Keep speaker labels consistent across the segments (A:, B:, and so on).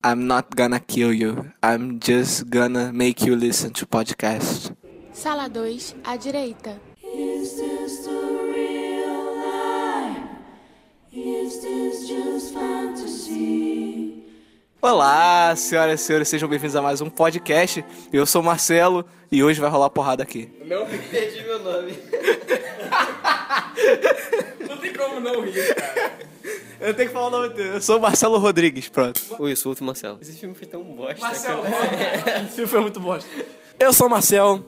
A: I'm not gonna kill you. I'm just gonna make you listen to podcast.
B: Sala 2, à direita.
C: Is this the real life? Is this just fantasy?
A: Olá, senhoras e senhores, sejam bem-vindos a mais um podcast. Eu sou o Marcelo e hoje vai rolar porrada aqui.
D: Não perdi meu nome. não tem como não rir, cara.
A: Eu tenho que falar o nome dele. Eu sou o Marcelo Rodrigues, pronto.
D: Oi, eu sou o outro Marcelo. Esse filme foi tão bosta.
E: Marcelo,
D: cara.
E: esse filme foi muito bosta.
A: Eu sou o Marcel.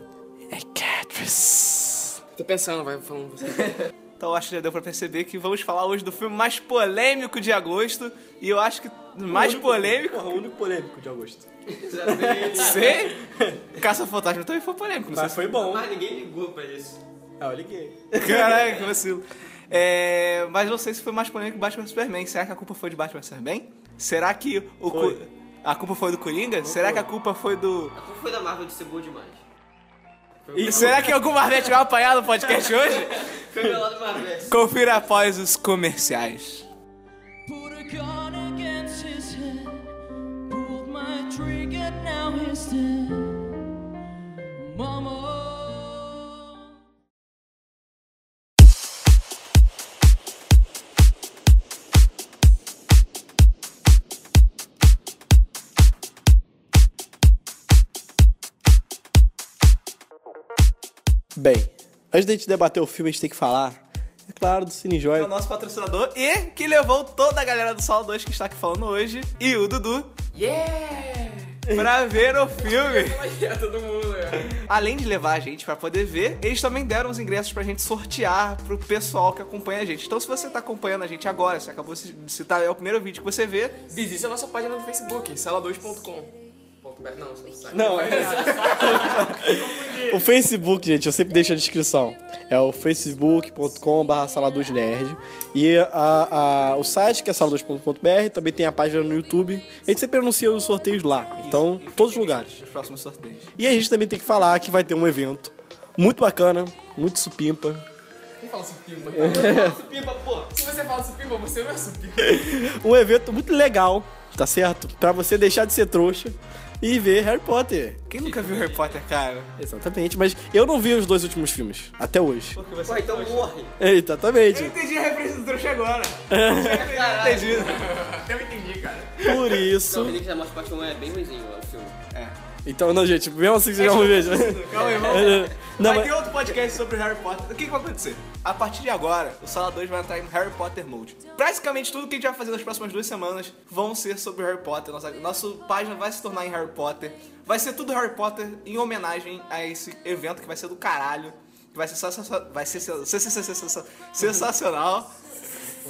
A: É Catrice.
E: Tô pensando, vai falando você.
A: Então acho que já deu pra perceber que vamos falar hoje do filme mais polêmico de agosto. E eu acho que mais polêmico.
E: Porra, o único polêmico de agosto.
A: Sim? Caça-fantasma também foi polêmico, não sei
E: Mas
A: se
E: foi bom.
D: Mas ninguém ligou pra isso.
E: Ah, eu liguei.
A: Caraca, que vacilo. É, mas não sei se foi mais polêmico que Batman e Superman. Será que a culpa foi de Batman e Superman? Será que o cu-
E: Foi.
A: a culpa foi do Coringa? Será que a culpa foi do.
D: A culpa foi da Marvel de ser boa demais.
A: E será que algum Marvete vai apanhar no podcast hoje?
D: Foi meu lado Marvel.
A: Confira após os comerciais.
C: Put a gun against his head. Pulled my trigger, now he's dead. Mama.
E: Bem, antes da gente debater o filme, a gente tem que falar, é claro, do
A: É
E: Cine
A: o
E: Joia.
A: nosso patrocinador e que levou toda a galera do Sala 2 que está aqui falando hoje e o Dudu pra ver o filme.
D: Yeah! é Todo mundo, né?
A: Além de levar a gente pra poder ver, eles também deram os ingressos pra gente sortear pro pessoal que acompanha a gente. Então, se você tá acompanhando a gente agora, você acabou de citar, é o primeiro vídeo que você vê.
D: é
F: Visite a nossa página no Facebook, sala2.com.
D: Não, você não sabe.
E: Não, é. o Facebook, gente, eu sempre deixo a descrição. É o facebook.com.br saladosnerd. E a- a- o site, que é salados.com.br, também tem a página no YouTube. A gente sempre anuncia os sorteios lá. Então, todos os lugares.
A: Os próximos sorteios.
E: E a gente também tem que falar que vai ter um evento muito bacana, muito supimpa.
F: Não fala supimba.
D: Pipa, pô.
F: Se você fala supimba, você não é supimba.
E: Um evento muito legal, tá certo? Pra você deixar de ser trouxa e ver Harry Potter.
A: Quem nunca viu Harry Potter, cara?
E: Exatamente, mas eu não vi os dois últimos filmes, até hoje.
A: Porque você
D: Pô, então morre.
E: Exatamente.
A: Entendi a referência do né? trouxa agora. Entendi.
F: Eu entendi, cara.
E: Por
D: Não,
E: isso.
D: Relíquias da Morte Parte 1 é bem ruimzinho ó, o filme.
E: Então, não, gente, mesmo assim vocês já não vejam.
A: Calma aí, vamos lá.
E: Não,
A: vai ter
E: mas
A: outro podcast sobre Harry Potter. O que, que vai acontecer? A partir de agora, o Sala 2 vai entrar em Harry Potter Mode. Praticamente tudo que a gente vai fazer nas próximas duas semanas vão ser sobre Harry Potter. Nossa, nossa página vai se tornar em Harry Potter. Vai ser tudo Harry Potter em homenagem a esse evento que vai ser do caralho. Que vai ser, sensa- vai ser sen- sen- sen- sen- sen- sensacional.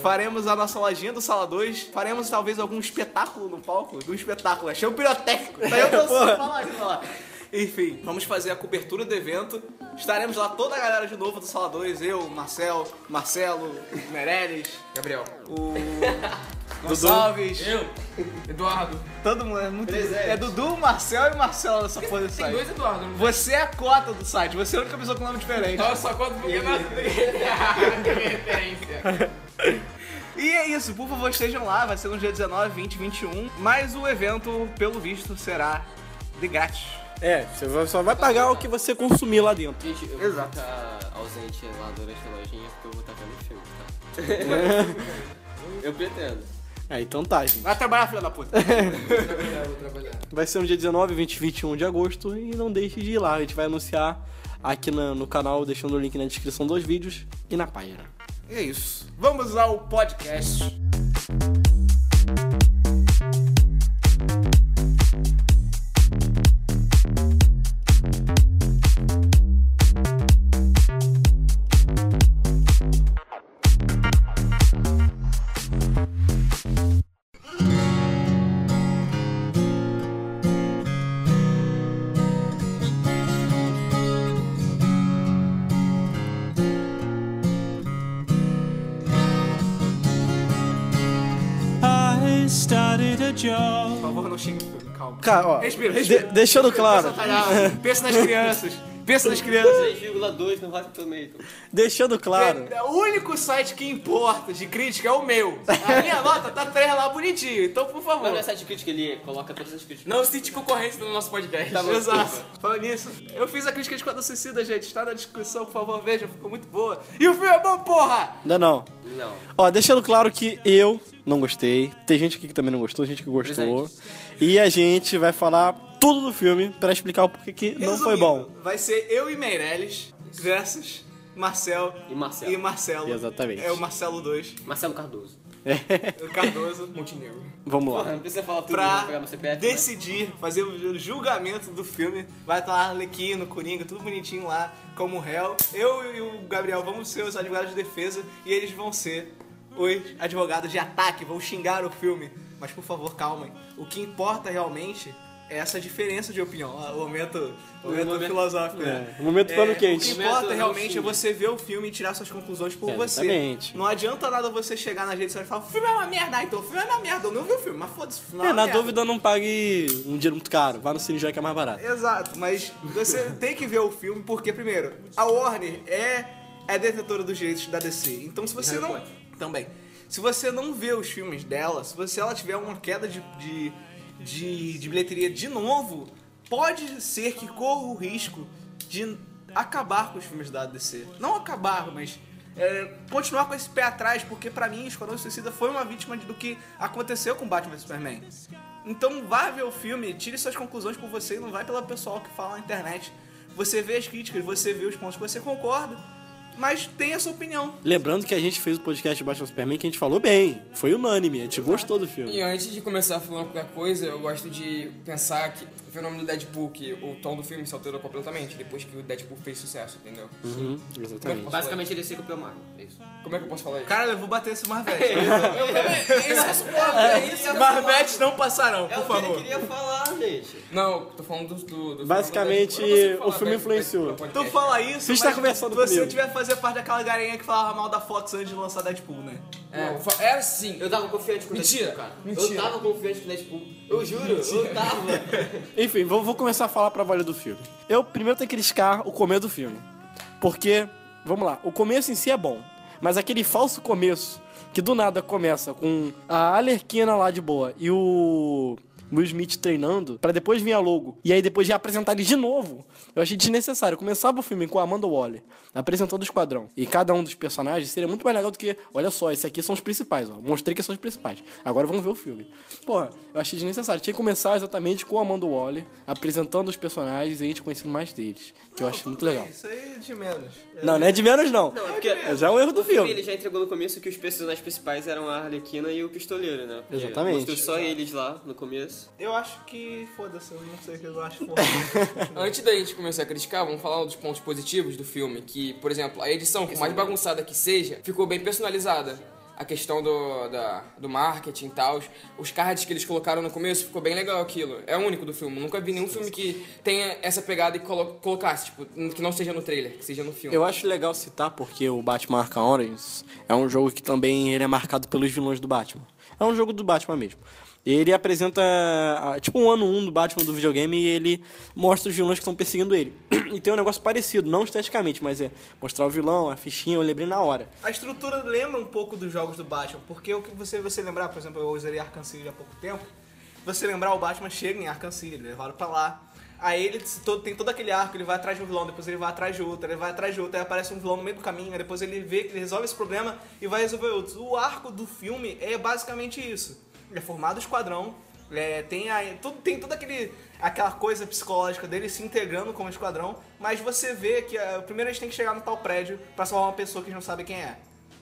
A: Faremos a nossa lojinha do Sala 2. Faremos talvez algum espetáculo no palco. Do espetáculo, achei um pirotécnico. Tá eu dançando, fala aí, fala. Enfim, vamos fazer a cobertura do evento. Estaremos lá toda a galera de novo do Sala 2. Eu, Marcel, Marcelo, Meirelles,
F: Gabriel.
A: o Gonçalves.
F: Eu. Eduardo.
A: Todo mundo é muito. É Dudu, Marcel e Marcelo nessa porra do
F: Tem dois
A: site.
F: Eduardo. não
A: Você é a cota do site, você é a única pessoa com nome diferente.
F: Não, eu só conto porque não tem referência.
A: E é isso, por favor, estejam lá, vai ser no dia 19, 20, 21. Mas o evento, pelo visto, será de grátis.
E: É, você vai- só vai pagar o que você consumir lá dentro.
D: Gente, eu vou ficar ausente lá durante a lojinha porque eu vou estar vendo filme, tá? eu pretendo.
E: É, então tá, gente.
A: Vai trabalhar, filha da puta.
F: Eu vou trabalhar.
E: Vai ser no dia 19, 20 e 21 de agosto e não deixe de ir lá. A gente vai anunciar aqui na- no canal, deixando o link na descrição dos vídeos e na página.
A: E é isso. Vamos ao podcast.
C: I started a job.
A: Por favor, não xingue o filme, calma.
E: Cara, ó,
A: Respira, respira.
E: de- deixando claro,
A: Pensa nas crianças, Pensa nas crianças.
D: 3,2 no Rotten Tomato.
E: Deixando claro.
A: É, O único site que importa de crítica é o meu. A minha nota tá 3 lá bonitinho, então por favor.
D: Mas não é site crítica, ele coloca todas as críticas.
F: Não cite concorrente do nosso podcast.
D: Tá bom.
A: Exato. Falando nisso, eu fiz a crítica de Esquadrão Suicida, gente. Está na descrição, por favor, vejam. Ficou muito boa. E o filme é bom, porra!
E: Ainda não.
D: Não.
E: Ó, deixando claro que eu não gostei. Tem gente aqui que também não gostou, é, gente que gostou. E a gente vai falar tudo do filme pra explicar o porquê que não foi
A: Resumindo,
E: bom.
A: Vai ser eu e Meirelles versus Marcel
D: E Marcelo.
A: e Marcelo.
E: Exatamente.
A: É o Marcelo 2,
D: Marcelo Cardoso.
A: o Cardoso,
F: Montenegro.
E: Vamos
D: Porra,
E: lá.
D: não precisa falar tudo,
A: pra
D: vou pegar meu CPF. mas-
A: decidir, fazer o julgamento do filme. Vai estar lá Arlequino, Coringa, tudo bonitinho lá, como réu. Eu e o Gabriel vamos ser os advogados de defesa e eles vão ser os advogados de ataque, vão xingar o filme. Mas por favor, calmem. O que importa realmente é essa diferença de opinião, Ah, o momento, o momento,
D: momento-
A: filosófico. né?
E: É, o momento pano quente.
A: O que importa
D: Momento
A: realmente é
D: xinga.
A: você ver o filme e tirar suas conclusões por
E: É,
A: você.
E: exatamente.
A: Não adianta nada você chegar nas redes sociais e falar: o filme é uma merda, ah, então o filme é uma merda. Eu não vi o filme, mas foda-se, o filme é
E: É,
A: uma
E: na
A: merda.
E: dúvida, não pague um dinheiro muito caro. Vá no Cine Joy que é mais barato.
A: Exato, mas você tem que ver o filme porque, primeiro, a Warner é, é detetora dos direitos da DC. Então, se você não. Também. Se você não vê os filmes dela, se você, ela tiver uma queda de, de, de, de bilheteria de novo, pode ser que corra o risco de acabar com os filmes da DC. Não acabar, mas. é, continuar com esse pé atrás, porque pra mim, Esquadrão Suicida foi uma vítima de- do que aconteceu com Batman e Superman. Então vá ver o filme, tire suas conclusões por você e não vai pelo pessoal que fala na internet. Você vê as críticas, você vê os pontos que você concorda, mas tem a sua opinião.
E: Lembrando que a gente fez o podcast de Batman Superman que a gente falou bem. Foi unânime. A gente gostou do filme.
F: E antes de começar falando qualquer coisa, eu gosto de pensar que o fenômeno do Deadpool, que o tom do filme se alterou completamente depois que o Deadpool fez sucesso, entendeu? é
E: Uhum, exatamente.
D: Basicamente ele se copiou Mario. É isso.
F: Como é que eu posso falar isso?
A: Cara, eu vou bater esse Marvete. é
D: é
A: Marvete não passarão, por favor.
D: queria falar, gente.
F: Não, tô falando do. do- do fenômeno
E: Basicamente,
F: do Deadpool. Eu não consigo
E: o filme
F: bem-
E: influenciou.
F: bem- bem-
A: Tu Então fala isso,
E: Você está
A: mas
E: tá conversando
A: você
E: comigo.
A: tiver que fazer parte daquela galerinha que falava mal da Fox antes de lançar Deadpool, né?
F: É, fa- era sim.
D: Eu tava confiante com o
F: Mentira,
D: Deadpool, cara. Eu
F: mentira.
D: tava confiante com o Deadpool. Eu juro, eu tava.
E: Enfim, vou, vou começar a falar pra valer do filme. Eu primeiro tenho que criticar o começo do filme. Porque, vamos lá, o começo em si é bom. Mas aquele falso começo, que do nada começa com a Alerquina lá de boa e o Will Smith treinando, pra depois vir a logo. E aí depois já apresentar ele de novo. Eu achei desnecessário. Eu Começava o filme com a Amanda Waller, apresentando o esquadrão. E cada um dos personagens seria muito mais legal do que, olha só, esse aqui são os principais, ó. Mostrei que são os principais. Agora vamos ver o filme. Porra, eu achei desnecessário. Tinha que começar exatamente com a Amanda Waller, apresentando os personagens e a gente conhecendo mais deles. Que eu achei muito legal.
A: Isso aí é de menos.
E: Não, não é de menos, não.
D: Não, é porque.
E: Já é um erro
D: O
E: do
D: filme,
E: filme.
D: ele já entregou no começo que os personagens principais eram a Arlequina e o Pistoleiro, né? Porque
E: Exatamente.
D: Mostrou só eles lá no começo.
A: Eu acho que. Foda-se, eu não sei o que eu acho. foda-se.
F: Antes da gente começar a criticar, vamos falar um dos pontos positivos do filme. Que, por exemplo, a edição, por mais
E: é
F: bagunçada que seja, ficou bem personalizada. A questão do, da- do marketing e tal, os cards que eles colocaram no começo, ficou bem legal aquilo. É único do filme. Nunca vi nenhum filme que tenha essa pegada e colo colocasse, tipo, que não seja no trailer, que seja no filme.
E: Eu acho legal citar porque o Batman Arkham Origins é um jogo que também ele é marcado pelos vilões do Batman. É um jogo do Batman mesmo. Ele apresenta ah, tipo um ano 1 um do Batman do videogame e ele mostra os vilões que estão perseguindo ele. E tem um negócio parecido, não esteticamente, mas é mostrar o vilão, a fichinha, eu lembrei na hora.
A: A estrutura lembra um pouco dos jogos do Batman, porque o que você, você lembrar, por exemplo, eu usei Arkham City há pouco tempo, você lembrar o Batman chega em Arkham City, né, levaram pra lá. Aí ele se to- tem todo aquele arco, ele vai atrás de um vilão, depois ele vai atrás de outro, ele vai atrás de outro, aí aparece um vilão no meio do caminho, aí depois ele vê que ele resolve esse problema e vai resolver outros. O arco do filme é basicamente isso. É formado o esquadrão, é, tem, a, tudo, tem toda aquele, aquela coisa psicológica dele se integrando com o esquadrão, mas você vê que ah, primeiro eles têm que chegar no tal prédio pra salvar uma pessoa que eles não sabem quem é.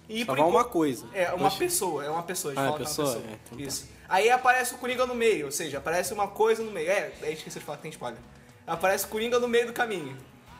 A: E por
E: Salvar uma
A: enquanto-
E: coisa.
A: É, uma
E: Poxa.
A: pessoa, é uma pessoa. eles
E: Ah, é
A: falam que é uma
E: pessoa?
A: pessoa.
E: É, então tá.
A: Isso. Aí aparece o Coringa no meio, ou seja, aparece uma coisa no meio. É, aí esqueci de falar que tem spoiler. Aparece o Coringa no meio do caminho.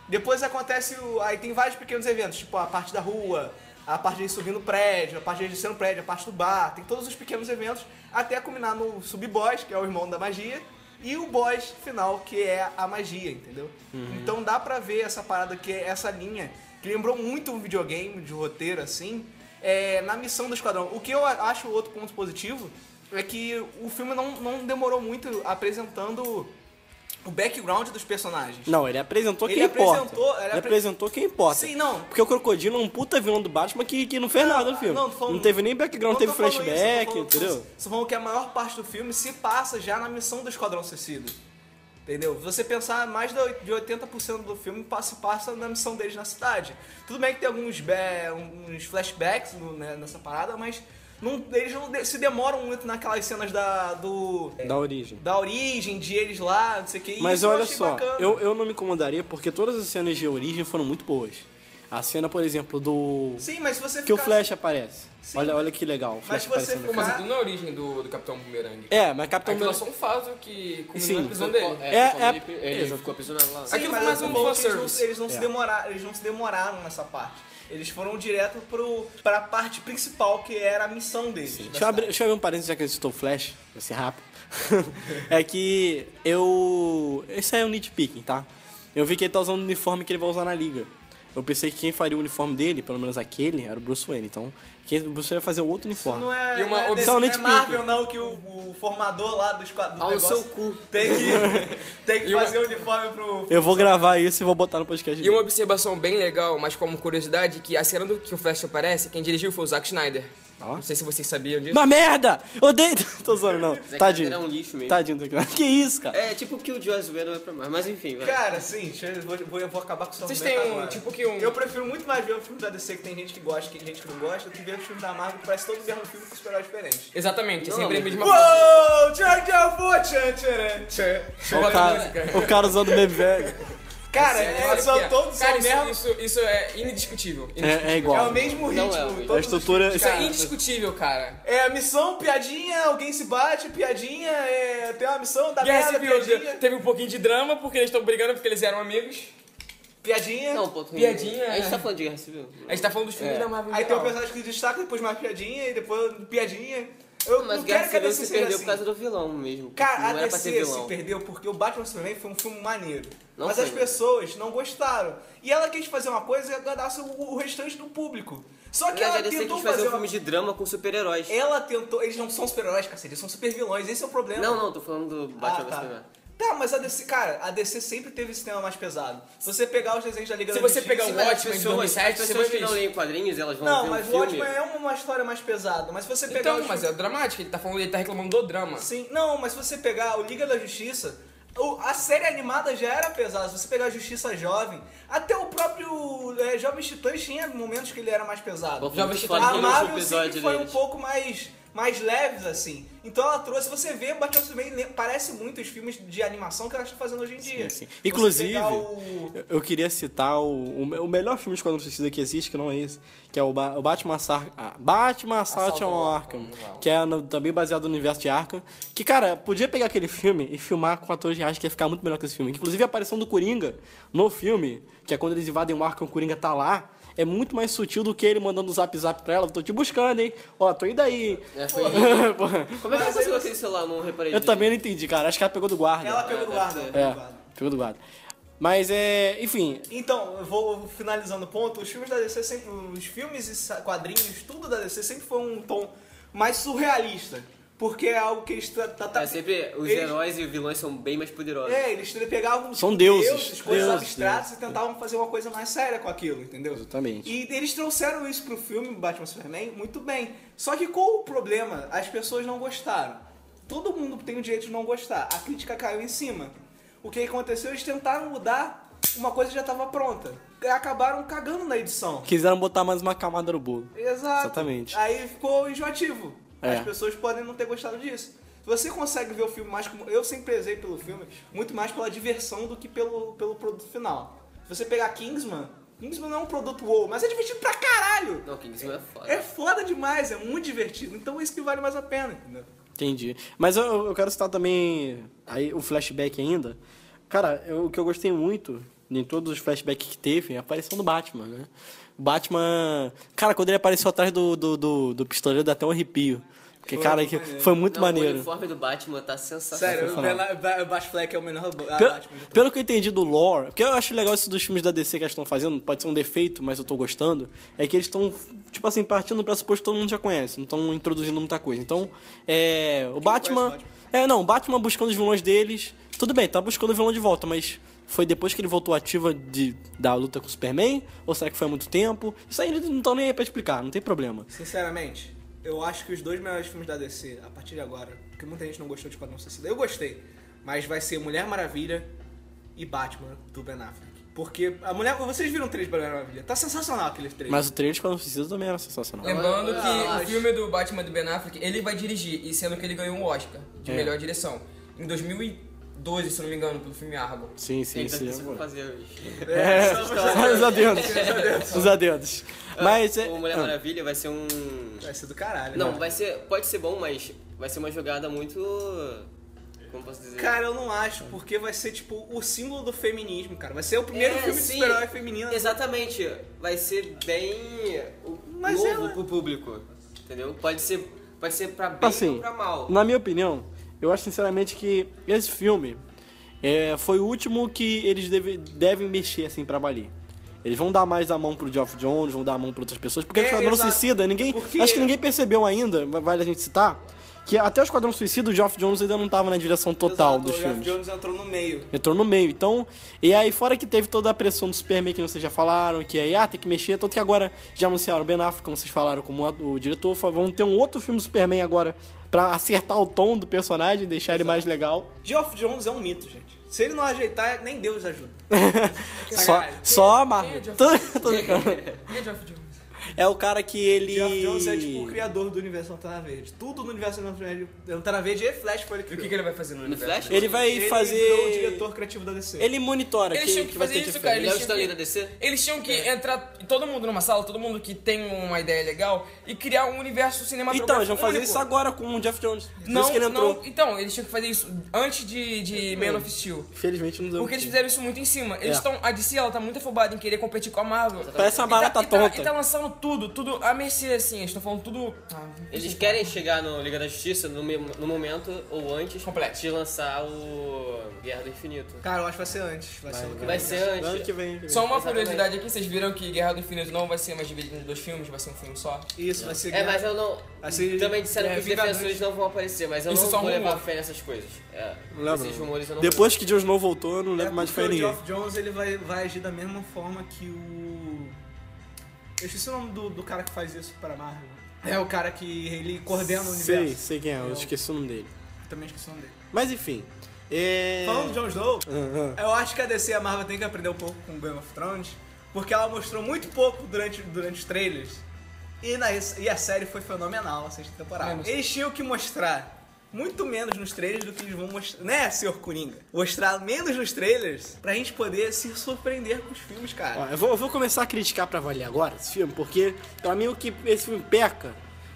A: Depois acontece o. Aí tem vários pequenos eventos, tipo a parte da rua, a parte de subindo prédio, a parte de descendo prédio, a parte do bar, tem todos os pequenos eventos, até culminar no sub-boss, que é o irmão da magia, e o boss final, que é a magia, entendeu?
E: Uhum.
A: Então dá pra ver essa parada que é essa linha, que lembrou muito um videogame de roteiro assim, é, na missão do esquadrão. O que eu a- acho outro ponto positivo é que o filme não, não demorou muito apresentando o background dos personagens.
E: Não, ele apresentou
A: Ele
E: quem importa.
A: apresentou- ele
E: Ele,
A: apre-
E: apresentou quem importa.
A: Sim, não.
E: Porque o Crocodilo é um puta vilão do Batman que, que não fez nada no filme.
A: não, tô falando-
E: teve nem background, não
A: tô
E: teve
A: falando isso,
E: flashback,
A: tô falando-
E: entendeu?
A: Tô falando que a maior parte do filme se passa já na missão do Esquadrão Suicida. Entendeu? Você pensar, mais da- de 80% do filme pa- se passa na missão deles na cidade. Tudo bem que tem alguns be- uns flashbacks no- né, nessa parada, mas não- eles não de- se demoram muito naquelas cenas da, do,
E: Da origem.
A: da origem, de eles lá, não sei o que. E
E: Mas
A: isso eu
E: olha
A: achei
E: só,
A: bacana.
E: eu, eu não me incomodaria porque todas as cenas de origem foram muito boas. A cena, por exemplo, do.
A: Sim, mas se você
E: que o
A: ficar-
E: Flash aparece.
A: Sim.
E: Olha, olha que legal, o Flash
A: se você
E: aparecendo.
F: Pô, mas
A: Cara-
F: aquilo não é a origem do, do Capitão Boomerang.
E: É, mas Capitão
F: Aquilo é
E: Marvel-
F: só um fato que
E: Sim.
F: culminou na prisão dele.
E: É, é-
D: ele, ele ficou aprisionado lá.
A: Sim,
F: Aquilo
A: mas
F: foi mais
A: eu
F: um
A: tô falando que eles
F: fanservice.
A: não- Eles não, se
E: É.
A: demoraram, eles não se demoraram nessa parte. Eles foram direto pro, pra parte principal, que era a missão deles. da
E: Deixa eu, abrir,
A: cidade.
E: deixa eu abrir um parênteses já que eu citou o Flash, vai ser rápido. é que eu. Isso aí é um nitpicking, tá? Eu vi que ele tá usando o uniforme que ele vai usar na liga. Eu pensei que quem faria o uniforme dele, pelo menos aquele, era o Bruce Wayne. Então, quem, o Bruce Wayne vai fazer outro uniforme.
A: Não é,
F: E uma
A: não é,
F: opção
A: desse- não é
F: nitpick.
A: Marvel, não, que o, o formador lá do esquadrão
D: Ao
A: do negócio
D: seu cu.
A: tem que, tem que
F: E uma-
A: fazer o uniforme pro...
E: Eu vou gravar isso e vou botar no podcast.
F: E uma observação bem legal, mas como curiosidade, que a cena do que o Flash aparece, quem dirigiu foi o Zack Snyder.
E: Ó.
F: Não sei se vocês sabiam disso.
E: Uma merda! Odeio! Tô zoando, não.
D: Zack
E: Tadinho.
D: Snyder é um lixo mesmo.
E: Tadinho do Zack Snyder. Que isso, cara?
D: É tipo que o Joss Whedon não é pra mais. Mas enfim, vai.
A: Cara, sim, deixa eu, vou, vou- eu vou acabar com o seu
F: Vocês
A: argumento
F: têm um,
A: agora.
F: tipo que um-
A: Eu prefiro muito mais ver o filme da DC, que tem gente que gosta, que tem gente que não gosta, do que ver o filme da Marvel, que parece todo mesmo filme com super-heróis diferentes.
F: Exatamente, é sempre a mesma coisa.
A: Uou! Tchan, tchan, fu, tchan, tchan, tchan.
F: É,
E: O um cara, o cara usando o baby bag.
A: Cara,
F: Olha
A: é,
F: que
A: são
F: é.
A: todos
F: Cara,
A: são
F: isso,
A: mesmo-
F: isso, isso é inindiscutível. inindiscutível.
E: É, é
A: É
E: igual.
A: o mesmo ritmo.
D: Não é,
A: todos
E: A
A: os
E: estrutura.
F: Isso é indiscutível, cara.
A: É a missão, piadinha, alguém se bate, piadinha, é, tem uma missão da
F: Guerra
A: merda,
F: Civil
A: piadinha.
F: teve um pouquinho de drama, porque eles estão brigando porque eles eram amigos.
A: Piadinha.
D: Não, um ponto
F: Piadinha,
D: A gente
F: é.
D: tá falando de guerra civil.
F: A gente tá falando dos
E: É.
F: filmes da Marvel.
A: Aí
F: em
A: tem um
F: geral.
A: personagem que destaca, depois mais piadinha, e depois piadinha. Eu
D: Mas
A: não
D: guerra
A: quero que
D: civil
A: a DC
D: se
A: seja
D: perdeu
A: assim.
D: por causa do vilão mesmo. porque
A: Cara, a
D: não era pra ser
A: DC se
D: vilão.
A: perdeu porque o Batman Superman foi um filme maneiro.
D: Não
A: mas
D: foi,
A: as
D: né?
A: pessoas não gostaram. E ela quis fazer uma coisa e agradasse o, o restante do público. Só que
D: Aliás,
A: ela
D: a DC
A: tentou
D: quis fazer
A: fazer
D: um
A: uma...
D: filme de drama com super-heróis.
A: Ela tentou... Eles não são super-heróis, cacete. Eles são super-vilões. Esse é o problema.
D: Não, não, tô falando do Batman vs
A: ah,
D: Superman.
A: tá. tá, mas a DC, cara, a DC sempre teve esse tema mais pesado. Se você pegar os desenhos da Liga
F: Se
A: da
F: você
A: Justiça-
F: pegar o
D: Mas as
F: Watchmen de
D: pessoas,
F: 2007,
D: as pessoas que
F: você vai
D: não
F: ver isso.
D: leem quadrinhos, elas vão
A: Não,
D: ver
A: mas
D: um
A: o
D: filme.
A: Watchmen é uma, uma história mais pesada, mas se você pegar
F: Então,
A: os
F: mas é dramático, ele tá falando, ele tá reclamando do drama.
A: Sim, não, mas se você pegar o Liga da Justiça, o- a série animada já era pesada. Se você pegar a Justiça Jovem, até o próprio é, Jovem Titãs tinha momentos que ele era mais pesado.
D: Vou
F: Jovens
D: falar
A: A
D: do
A: Marvel
D: episódio
A: sempre foi um
D: deles.
A: pouco mais, mais leves, assim. Então ela trouxe, você vê, Batman Superman le- parece muito os filmes de animação que ela está fazendo hoje em dia.
E: sim.
A: Você
E: Inclusive,
A: pegar o-
E: Eu- Eu queria citar o, o, me- o melhor filme de Esquadrão Suicida que existe, que não é esse, que é o, ba o Batman, Assar ah, Batman Assault
F: Assalto
E: on
F: ao
E: Arkham,
F: Arkham.
E: que é no- também baseado no universo de Arkham, que, cara, podia pegar aquele filme e filmar com atores reais que ia ficar muito melhor que esse filme. Inclusive, a aparição do Coringa no filme, que é quando eles invadem o Arkham, o Coringa tá lá, é muito mais sutil do que ele mandando um zap zap pra ela, tô te buscando, hein? Ó, tô indo aí.
D: É, foi-
E: Porra,
D: Como é que ela conseguiu aquele celular? Não reparei.
E: Eu
D: direito.
E: também não entendi, cara. Acho que ela pegou do guarda.
A: Ela pegou do guarda. pegou do
E: É,
A: guarda.
E: pegou do guarda. Mas é, enfim,
A: Então, eu vou finalizando o ponto. Os filmes da DC sempre. Os filmes e sa- quadrinhos, tudo da DC sempre foi um tom mais surrealista. Porque é algo que eles tra- tá, tá-
D: É, sempre os
A: eles-
D: heróis e os vilões são bem mais poderosos.
A: É, eles tra- pegavam
E: São deuses,
A: coisas
E: deuses,
A: abstratas e tentavam fazer uma coisa mais séria com aquilo, entendeu?
E: Exatamente.
A: E eles trouxeram isso pro filme Batman Superman muito bem. Só que qual o problema? As pessoas não gostaram. Todo mundo tem o direito de não gostar. A crítica caiu em cima. O que aconteceu? Eles tentaram mudar uma coisa que já estava pronta. Acabaram cagando na edição.
E: Quiseram botar mais uma camada no bolo.
A: Exato.
E: Exatamente.
A: Aí ficou enjoativo.
E: É.
A: As pessoas podem não ter gostado disso. Você consegue ver o filme mais como. Eu sempre prezei pelo filme muito mais pela diversão do que pelo, pelo produto final. Se você pegar Kingsman, Kingsman não é um produto wow, mas é divertido pra caralho!
D: Não, Kingsman é foda.
A: É foda demais, é muito divertido. Então é isso que vale mais a pena. entendeu?
E: Entendi. Mas eu, eu quero citar também aí o flashback ainda. Cara, eu- o que eu gostei muito em todos os flashbacks que teve é a aparição do Batman, né? O Batman. Cara, quando ele apareceu atrás do, do, do, do pistoleiro, dá até um arrepio. Porque,
A: Foi
E: cara,
A: muito
E: que
A: maneiro.
E: foi muito
D: Não, O
E: maneiro.
D: uniforme do Batman tá sensacional.
E: Sério, sensacional.
A: o Bat Fleck é o melhor
E: Pelo, pelo que eu entendi do lore, porque eu acho legal isso dos filmes da DC que eles estão fazendo, pode ser um defeito, mas eu tô gostando, é que eles estão, tipo assim, partindo do pressuposto que todo mundo já conhece, não estão introduzindo muita coisa. Então, é. O Batman.
A: conhece o Batman?
E: É, não, o Batman buscando os vilões deles, Tudo bem, tá buscando o vilão de volta, mas foi depois que ele voltou ativa de, da luta com o Superman? Ou será que foi há muito tempo? Isso aí eles não estão nem aí pra explicar, não tem problema.
A: Sinceramente, eu acho que os dois melhores filmes da DC, a partir de agora, porque muita gente não gostou de Esquadrão Suicida, eu gostei, mas vai ser Mulher Maravilha e Batman do Ben Affleck. Porque a mulher. Vocês viram o trailer de Mulher Maravilha? Tá sensacional aquele trailer.
E: Mas o trailer de Esquadrão Suicida também era sensacional.
F: Lembrando que
A: Ah, acho.
F: o filme do Batman do Ben Affleck, ele vai dirigir, e sendo que ele ganhou um Oscar de
E: É.
F: melhor direção. Em 2012, se eu não me engano, pelo filme Argo.
E: Sim, sim,
D: Ele tá
E: sim.
D: conseguindo fazer os...
E: É,
A: Só-
E: os adendos. Os adendos. Mas é.
D: O Mulher
E: ah,
D: Maravilha vai ser um...
A: Vai ser do caralho.
D: Não,
A: né?
D: vai ser... Pode ser bom, mas vai ser uma jogada muito... Como posso dizer?
A: Cara, eu não acho, porque vai ser tipo o símbolo do feminismo, cara. Vai ser o primeiro
D: É,
A: filme de
D: sim.
A: super-herói feminino. né?
D: Exatamente. Vai ser bem... o-
A: Mas
D: novo
A: ela-
D: pro público. Entendeu? Pode ser... Pode ser pra bem
E: Assim,
D: ou pra mal.
E: Na minha opinião, eu acho sinceramente que esse filme é, foi o último que eles deve- devem mexer assim pra valer. Eles vão dar mais a mão pro Geoff Jones, vão dar a mão pra outras pessoas, porque
A: É,
E: o Esquadrão
A: exato.
E: Suicida, ninguém.
A: Porque-
E: Acho que ninguém percebeu ainda, vale a gente citar, que até o Esquadrão Suicida, o Geoff Jones ainda não tava na direção total
A: Exato,
E: dos
A: o Jeff
E: filmes.
A: Jones entrou no meio.
E: Entrou no meio, então. E aí, fora que teve toda a pressão do Superman, que vocês já falaram, que aí, ah, tem que mexer. Tanto que agora já anunciaram o Ben Affleck, como vocês falaram, como a- o diretor. fa- Vão ter um outro filme do Superman agora pra acertar o tom do personagem, deixar ele mais legal.
A: Geoff Jones é um mito, gente. Se ele não ajeitar, nem Deus ajuda.
E: Só,
A: Sacanagem.
E: só a Marvel. Tô- tô brincando.
F: E é Geoff Jones?
E: É o cara que ele.
A: Geoff Jones é tipo o criador do universo Lanterna Verde. Tudo no universo Lanterna Verde- Lanterna Verde e Flash foi ele
F: E
A: que
F: o
A: criou.
F: que, que ele vai fazer no
D: No
F: universo?
D: Flash?
E: Ele vai
A: Ele virou o
E: fazer.
A: diretor criativo da DC.
E: Ele monitora
F: Eles
E: que,
F: tinham que
E: que vai
F: fazer
E: ter
F: isso,
E: diferença.
F: cara,
D: Ele é o
F: tinham
D: Stanley
F: que-
D: da DC?
F: Eles tinham
E: É.
F: que entrar, todo mundo numa sala, todo mundo que tem uma ideia legal, e criar um universo cinematográfico
E: Então, eles vão fazer
F: único.
E: isso agora com o Jeff Jones. Por
F: Não,
E: isso que ele entrou.
F: não, então, eles tinham que fazer isso antes de, de Man of Steel.
E: Infelizmente não deu.
F: Porque eles fizeram isso muito em cima. Eles
E: É.
F: estão. A DC ela tá muito afobada em querer competir com a Marvel.
E: Parece uma
F: E tá-
E: barata
F: e tá,
E: tonta.
F: E tá lançando tudo, tudo a mercê, assim. Eles estão falando tudo. Ah,
D: Eles querem chegar no Liga da Justiça no, me- no momento ou antes
F: Completo.
D: de lançar o Guerra do Infinito.
A: Cara, eu acho que vai ser antes. Vai, ser no que
D: Vai
A: vem.
D: ser
E: Ano
F: então,
D: antes.
E: que vem. ano que
F: Só uma
D: Exatamente.
F: curiosidade aqui, vocês viram que Guerra do Infinito não vai ser mais dividida em dois filmes, vai ser um filme só.
A: Isso, vai ser.
D: É, mas eu não.
A: Assim,
D: também disseram
A: é,
D: que os
A: Vingadores.
D: defensores não vão aparecer, mas eu
F: Isso
D: não
F: só é um
D: vou levar
F: rumor.
D: fé nessas coisas. É.
E: Não lembro.
D: Esses rumores eu não
E: Depois que Deus Snow voltou, eu não lembro mais de fé
A: É porque o
E: ninguém.
A: Geoff Jones ele vai, vai agir da mesma forma que o. Eu esqueci o nome do, do cara que faz isso para a Marvel. É o cara que ele coordena o
E: Sei,
A: universo.
E: sei quem é, eu
A: Eu-
E: esqueci o nome dele.
A: Também esqueci o nome dele.
E: Mas enfim. É... Ah,
A: Falando do Jon Snow,
E: Aham.
A: eu acho que a DC e a Marvel tem que aprender um pouco com Game of Thrones, porque ela mostrou muito pouco durante, durante os trailers. E, na, e a série foi fenomenal, a sexta temporada.
F: Menos.
A: Eles tinham que mostrar muito menos nos trailers do que eles vão mostrar. Né, senhor Coringa? Mostrar menos nos trailers pra gente poder se surpreender com os filmes,
E: Ó,
A: cara.
E: eu, vou, eu vou começar a criticar pra valer agora esse filme, porque pra mim o que esse filme peca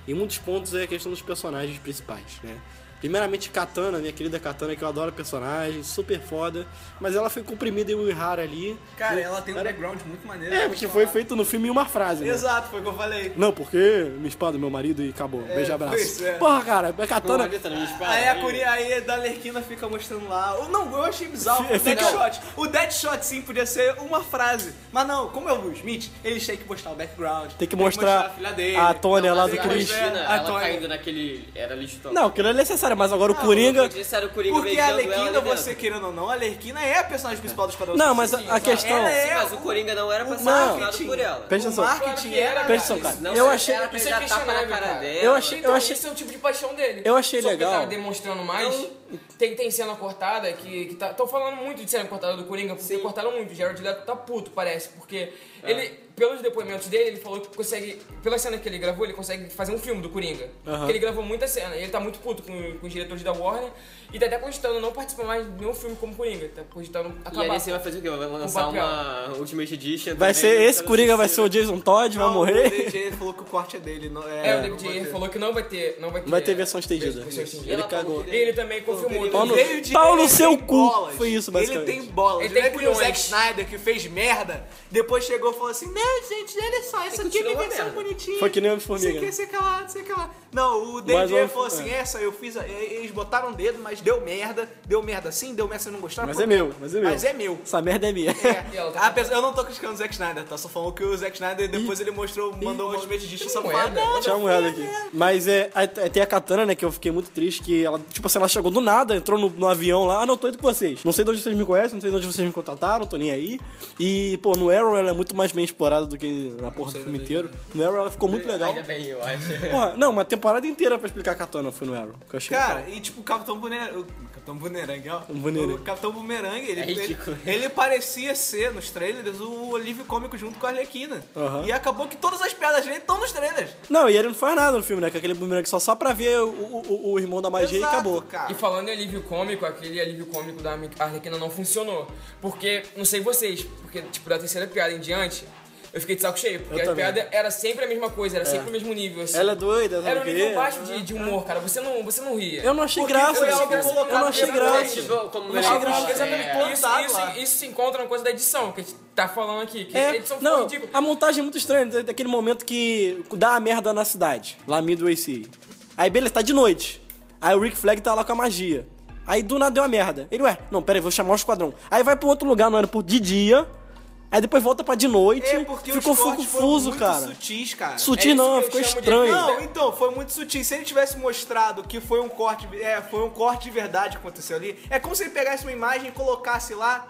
E: em muitos pontos é a questão dos personagens principais, né? Primeiramente Katana, minha querida Katana, que eu adoro a personagem, super foda, mas ela foi comprimida em Uihara ali.
A: Cara,
E: né?
A: ela tem um
E: Era-
A: background muito maneiro.
E: É,
A: eu vou
E: porque
A: te
E: foi
A: falar.
E: feito no filme em uma frase, né?
A: Exato, foi o que eu falei.
E: Não, porque me espada meu marido e acabou. Beijo e abraço.
A: pois é.
E: Porra, cara, a Katana.
D: né,
A: Aí Ah, é
E: é
A: a Curi, aí a da Lerquina fica mostrando lá. Ou não, eu achei bizarro.
E: Fi-
A: O
E: fica-
A: Deadshot. O Deadshot sim podia ser uma frase. Mas não, como é o Will Smith, eles têm que mostrar o background.
E: Tem que mostrar
A: a filha dele.
E: a Tônia lá do
A: mas
D: a
A: é-
E: Chris.
A: Christian.
D: Regina,
A: A
D: ela tá
A: Tony.
D: caindo naquele. Era lixo
E: Não, aquilo é necessário, mas agora o Coringa.
D: Disseram o Coringa
A: Porque a
D: beijando ela
A: Lerquina,
D: ali
A: você
D: dentro.
A: querendo ou não, a Lerquina é a personagem principal do Esquadrão
E: Não,
A: Suicida.
E: mas a, a questão.
A: Ela é um
D: Sim, assim, mas o Coringa não era pra
E: o
D: ser
E: não.
D: apaixonado por ela.
A: O
E: Presta atenção.
A: marketing
F: Claro que
A: era.
F: era.
E: Presta atenção, cara.
D: Não
E: Eu
D: sei,
E: achei.
D: Era tá pra
F: Isso
D: ele
F: é
D: dar tapa na
F: questionável,
D: cara
F: cara.
D: dela.
E: Eu achei-
F: Então,
E: achei-
F: esse é o tipo de paixão dele.
E: Eu achei
F: Só
E: legal.
F: que ele tá demonstrando mais.
D: Então,
F: Tem, tem cena cortada que, que tá. Tô falando muito de cena cortada do Coringa, porque cortaram muito. O Jared Leto tá puto, parece. Porque
D: É.
F: ele, pelos depoimentos dele, ele falou que consegue. Pela cena que ele gravou, ele consegue fazer um filme do Coringa.
E: Aham.
F: Porque ele gravou muita cena. E ele tá muito puto com, com os diretores da Warner. E tá até cogitando não participar mais de nenhum filme como Coringa. Tá cogitando
D: E aí
F: acabar.
D: você vai fazer o quê? Vai lançar
F: papel.
D: uma Ultimate Edition.
E: Vai
D: também,
E: ser. Esse
D: pra
E: Coringa
D: você
E: vai ser o Jason Todd, vai
A: Não, O
E: morrer.
A: David Ayer falou que o corte é dele. Não, é,
F: É, o
A: não
F: David
A: vai
F: Ayer
A: ter.
F: falou que não vai ter. Não vai ter,
E: Vai ter versão é estendida.
F: versão estendida.
A: tá
E: Ele cagou.
F: E ele também confirmou.
E: Pau no-
A: Ele veio de-
E: pau no
A: ele
E: seu
A: tem
E: cu. Foi isso,
A: Ele
E: basicamente.
A: tem bolas.
F: Ele
A: Ele
F: tem
A: tem que o
F: culhões.
A: Zack Snyder, que fez merda, depois chegou e falou assim, não, gente, olha só, isso aqui é
D: continuou
A: minha
D: a
A: versão
D: merda.
A: bonitinha.
E: Foi que nem
A: Sei
E: Homem-Formiga.
A: que, sei que lá, sei que lá. Não, o
E: né? Mas
A: David
E: o-
A: Ayer falou assim,
E: é.
A: essa eu fiz, a- eles botaram o dedo, mas deu merda, deu merda assim, deu merda, vocês não gostaram.
E: Mas
A: pô,
E: é meu, mas é meu.
A: Mas é meu.
E: Essa merda é minha.
F: E ela
A: É.
F: tá
A: Ah, pessoa- eu não tô criticando o Zack Snyder, tá? Só falando que o Zack Snyder depois ele mostrou, mandou um monte de gente só
F: moeda.
E: né?
A: falando.
E: Tinha uma moeda aqui. Mas é. aí Tem a Katana, né? Que eu fiquei muito triste. Que ela, tipo assim, ela chegou do nada entrou no, no avião lá, ah, não, tô indo com vocês. Não sei de onde vocês me conhecem, não sei de onde vocês me contrataram, tô nem aí. E, pô, no Arrow ela é muito mais bem explorada do que na porra do
A: é
E: filme inteiro. No Arrow ela ficou muito legal.
D: Ainda bem, eu acho.
E: Porra, não, uma temporada inteira pra explicar a Katana foi no Arrow. Que eu achei
A: Cara, e tipo, o Capitão Bumerangue. O Capitão Bumerangue, ó.
E: Bumerangue.
A: O Capitão Bumerangue, ele,
D: É ridículo.
A: ele, ele parecia ser nos trailers o alívio cômico junto com a Arlequina.
E: Aham.
A: E acabou que todas as piadas dele estão nos trailers.
E: Não, e ele não faz nada no filme, né? Que é aquele bumerangue só só pra ver o, o, o irmão da magia
A: Exato,
E: e acabou.
A: Cara.
F: E falando em alívio cômico, aquele alívio cômico da Arlequina não funcionou. Porque, não sei vocês, porque, tipo, da terceira piada em diante, eu fiquei de saco cheio. Porque
E: Eu
F: a
E: também.
F: piada era sempre a mesma coisa, era sempre o mesmo nível, assim.
E: Ela é doida, sabe
F: Era
E: o
F: um
E: quê? É.
F: nível baixo de, de humor, cara. Você não, você não ria.
E: Eu não achei
A: Porque
E: graça,
A: foi
E: nesse
A: algo
E: filme.
A: colocado
E: eu não achei
A: dentro
D: É,
E: graça.
D: tipo, como
E: Não achei
D: Melhor
E: graça.
D: fala,
F: Exatamente.
D: é,
F: Isso,
A: Plantado lá.
F: isso, isso se encontra na coisa da edição, que a gente tá falando aqui. Que a
E: É,
F: edição foi
E: não,
F: ridícula.
E: a montagem é muito estranha, da- daquele momento que dá a merda na cidade, lá em Midway City. Aí beleza, tá de noite. Aí o Rick Flag tá lá com a magia. Aí do nada deu uma merda. Ele, ué, não, pera aí, vou chamar o esquadrão. Aí vai pra um outro lugar no aeroporto de dia, aí depois volta pra de noite.
A: É porque
E: tipo, ficou
A: os cortes foram
E: confuso,
A: muito
E: cara.
A: sutis, cara.
E: Sutil
F: É isso que
E: não,
F: eu
E: ficou
F: chamo de-
E: estranho.
A: Não, então, foi muito sutil. Se ele tivesse mostrado que foi um corte, é, foi um corte de verdade que aconteceu ali, é como se ele pegasse uma imagem, colocasse lá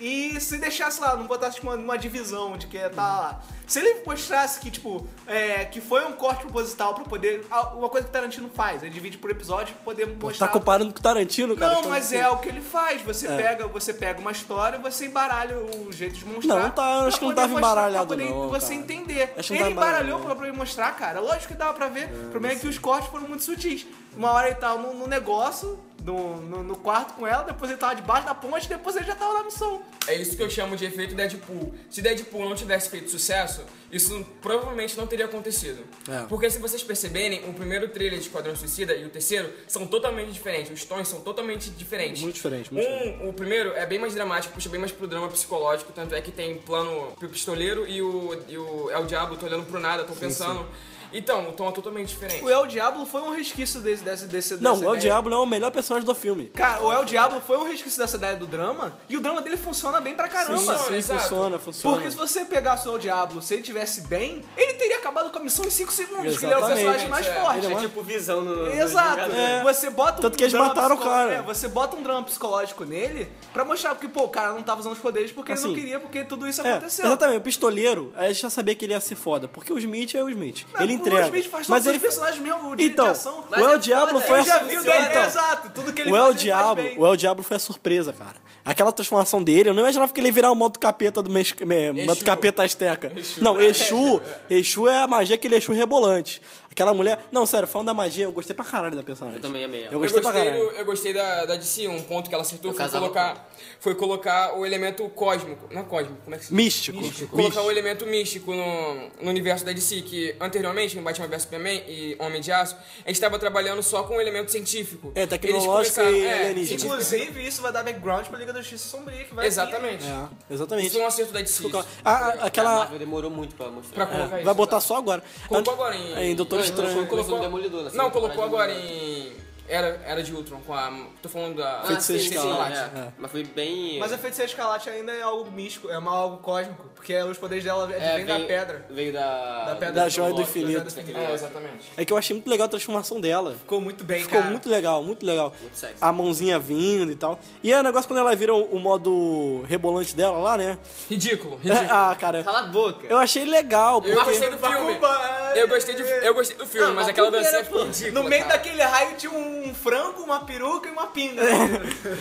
A: e se deixasse lá, não botasse tipo, uma, uma divisão de que tá lá. Se ele mostrasse que, tipo, é, que foi um corte proposital pra poder. ah, Uma coisa que o Tarantino faz, ele divide por episódio pra poder mostrar.
E: Tá comparando com o Tarantino, cara?
A: não,
E: Tá
A: mas
E: assim.
A: é o que ele faz. Você, pega, você pega uma história e você embaralha o jeito de mostrar.
E: Não, tá, eu
A: pra
E: acho que não
A: poder
E: tava
A: mostrar-
E: embaralhado,
A: pra poder
E: não,
A: você
E: cara.
A: entender.
E: Acho que não
A: ele
E: tava
A: embaralhou
E: embaralhado.
A: pra poder mostrar, cara. Lógico que dava pra ver. O problema é que os cortes foram muito sutis. Uma hora ele tava no, no negócio, no, no- no quarto com ela, depois ele tava debaixo da ponte, depois ele já tava na missão.
F: É isso que eu chamo de efeito Deadpool. Se Deadpool não tivesse feito sucesso, isso provavelmente não teria acontecido.
E: É.
F: Porque se vocês perceberem, o primeiro trailer de Esquadrão Suicida e o terceiro são totalmente diferentes. Os tons são totalmente diferentes.
E: Muito diferente, muito
F: um, O primeiro é bem mais dramático, puxa bem mais pro drama psicológico, tanto é que tem plano pro pistoleiro e o, e o é o diabo, tô olhando pro nada, tô pensando. Então, o tom é totalmente diferente.
A: O El Diablo foi um resquício desse, desse, desse
E: Não,
A: dessa
E: o El
A: ideia.
E: Diablo é o melhor personagem do filme.
A: Cara, o El Diablo foi um resquício dessa ideia do drama, e o drama dele funciona bem pra caramba.
E: Sim, sim,
F: exato.
E: funciona, funciona.
A: Porque se você pegasse o El Diablo, se ele tivesse bem, ele teria acabado com a missão em 5 segundos, que ele era o
E: Exatamente,
A: personagem mais
F: é.
A: forte.
E: Ele
D: É tipo visão no. no
A: Exato.
D: jogador.
E: É.
A: Você bota um
E: Tanto que eles
A: drama
E: mataram o
A: psicológico-
E: cara.
A: É, você bota um drama psicológico nele pra mostrar porque, pô, o cara não tava usando os poderes porque ele
E: Assim.
A: não queria, porque tudo isso
E: É,
A: aconteceu.
E: exatamente, o pistoleiro, a gente já sabia que ele ia ser foda, porque o Smith é o Smith.
A: Mas,
E: ele
A: pô,
E: entrega.
A: O Smith faz
E: mas
A: todos
E: ele
A: os personagens mesmo, de,
E: Então,
A: de ação.
E: o El Diablo
A: Ele
E: foi a
A: já viu, né?
E: então,
A: Exato, tudo que ele
E: o El
A: faz, ele faz
E: Diablo,
A: bem.
E: o El Diablo foi a surpresa, cara. Aquela transformação dele, eu não imaginava que ele ia virar o modo capeta do Mex... me- modo capeta asteca. Não, Exu, Exu é a magia aquele Exu rebolante. Aquela mulher, não, sério, falando da magia, eu gostei pra caralho da personagem.
D: Eu também amei ela.
E: Eu
F: Eu
E: gostei, pra
F: gostei,
E: caralho.
F: do- eu gostei da, da DC, um ponto que ela acertou
D: Eu
F: foi
D: casava
F: colocar, foi colocar o elemento cósmico. Não é cósmico, como é que se
E: Místico.
F: Colocar o elemento místico no, no universo da DC, que anteriormente, em Batman vs Superman e Homem de Aço, a gente estava trabalhando só com o elemento científico.
E: É,
F: Eles
E: tecnológico e
F: começaram- é,
E: alienígena.
F: científico.
A: Inclusive, isso vai dar background pra Liga da Justiça Sombria, que vai
F: Exatamente.
E: É,
F: Isso
E: exatamente.
F: é um acerto da DC.
E: A- a-
D: A
E: aquela.
D: Marvel demorou muito pra mostrar.
F: Pra colocar isso.
E: Vai botar só agora.
F: Colocou agora em...
E: Em Doutor
F: Não,
E: Estranho.
F: colocou-
D: Começou no Demolidor, assim, na segunda
F: Não, colocou
D: temporada
F: agora
D: do
F: em... Era, era de Ultron, com a... Tô falando da...
D: Ah, sim,
E: Feiticeiro
D: sim,
E: Escarlate.
D: sim, é. Mas foi bem.
A: Mas a feiticeira escalate ainda é algo místico, é uma- algo cósmico, porque os poderes dela
D: É,
A: vêm da pedra.
D: Veio da.
A: Da pedra
E: da joia do
A: filósofo, da joia
E: infinito.
A: infinito.
F: É, exatamente.
E: É que eu achei muito legal a transformação dela.
A: Ficou muito bem,
E: Ficou
A: cara.
E: muito legal, muito legal.
D: Muito sexy.
E: A mãozinha vindo e tal. E é o negócio quando ela vira o, o modo rebolante dela lá, né?
D: É.
F: Ridículo, ridículo.
E: ah, cara.
D: Cala a boca.
E: Eu achei legal,
F: Eu
E: porque.
F: gostei do filme.
A: Macumba,
F: Eu gostei, de, eu gostei do filme,
A: é, Não,
F: mas
A: a
F: aquela
A: primeira,
F: dancinha
A: pô,
F: foi ridícula.
A: No meio
F: cara.
A: daquele raio tinha um frango, uma peruca e uma pinga.
F: É,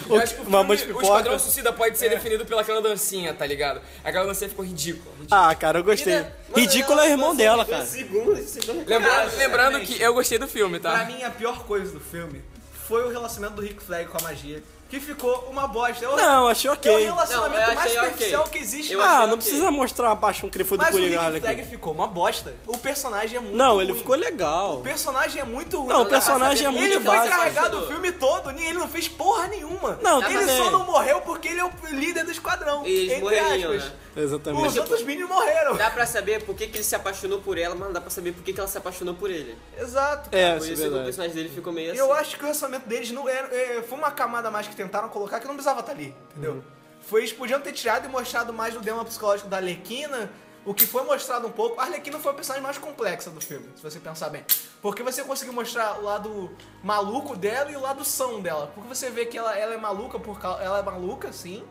F: Eu acho que o,
E: Mamãe de
F: filme, o
E: pipoca.
F: Esquadrão Suicida pode
A: É.
F: ser definido pelaquela dancinha, tá ligado? Aquela dancinha ficou ridícula. ridícula.
E: Ah, cara, eu gostei. Ridículo é o irmão dela, cara.
D: Segundo, segundo.
F: Lembrando,
A: cara,
F: lembrando
A: exatamente.
F: que eu gostei do filme, tá?
A: pra mim, a pior coisa do filme foi o relacionamento do Rick Flag com a magia, que ficou uma bosta. Eu-
E: Não, eu achei
A: É o
E: ok.
A: relacionamento
D: Não, eu
A: mais
D: achei ok.
A: superficial que existe.
D: Eu
A: mas-
E: Ah,
D: achei
E: não
D: ok.
E: precisa mostrar a paixão que ele foi do
A: mas o
E: Coringa.
A: Rick
E: olha
A: Flag
E: aqui.
A: ficou uma bosta. O personagem é muito
E: Não, ele
A: ruim.
E: ficou legal.
A: O personagem é muito ruim.
E: Não, o personagem é
A: Ele
E: muito
A: foi
E: básico.
A: carregado o filme todo, nem ele não fez porra nenhuma.
E: Não,
A: ele
E: também.
A: só não morreu porque ele é o líder do esquadrão.
D: E eles
A: entre
D: morreriam,
A: aspas.
D: né?
A: Os
E: Exatamente.
A: outros meninos morreram.
D: Dá pra saber por que, que ele se apaixonou por ela, mas não dá pra saber por que, que ela se apaixonou por ele.
A: Exato.
E: É,
D: por isso
E: isso é
D: que o
E: verdade.
D: personagem dele ficou meio assim.
A: Eu acho que o orçamento deles não era. é, foi uma camada a mais que tá tentaram colocar que não precisava estar ali, entendeu? Foi, eles podiam ter tirado e mostrado mais do drama psicológico da Alequina, o que foi mostrado um pouco, a Arlequina foi a personagem mais complexa do filme, se você pensar bem. Porque você conseguiu mostrar o lado maluco dela e o lado são dela. Porque você vê que ela, ela é maluca por cau- Ela é maluca, sim.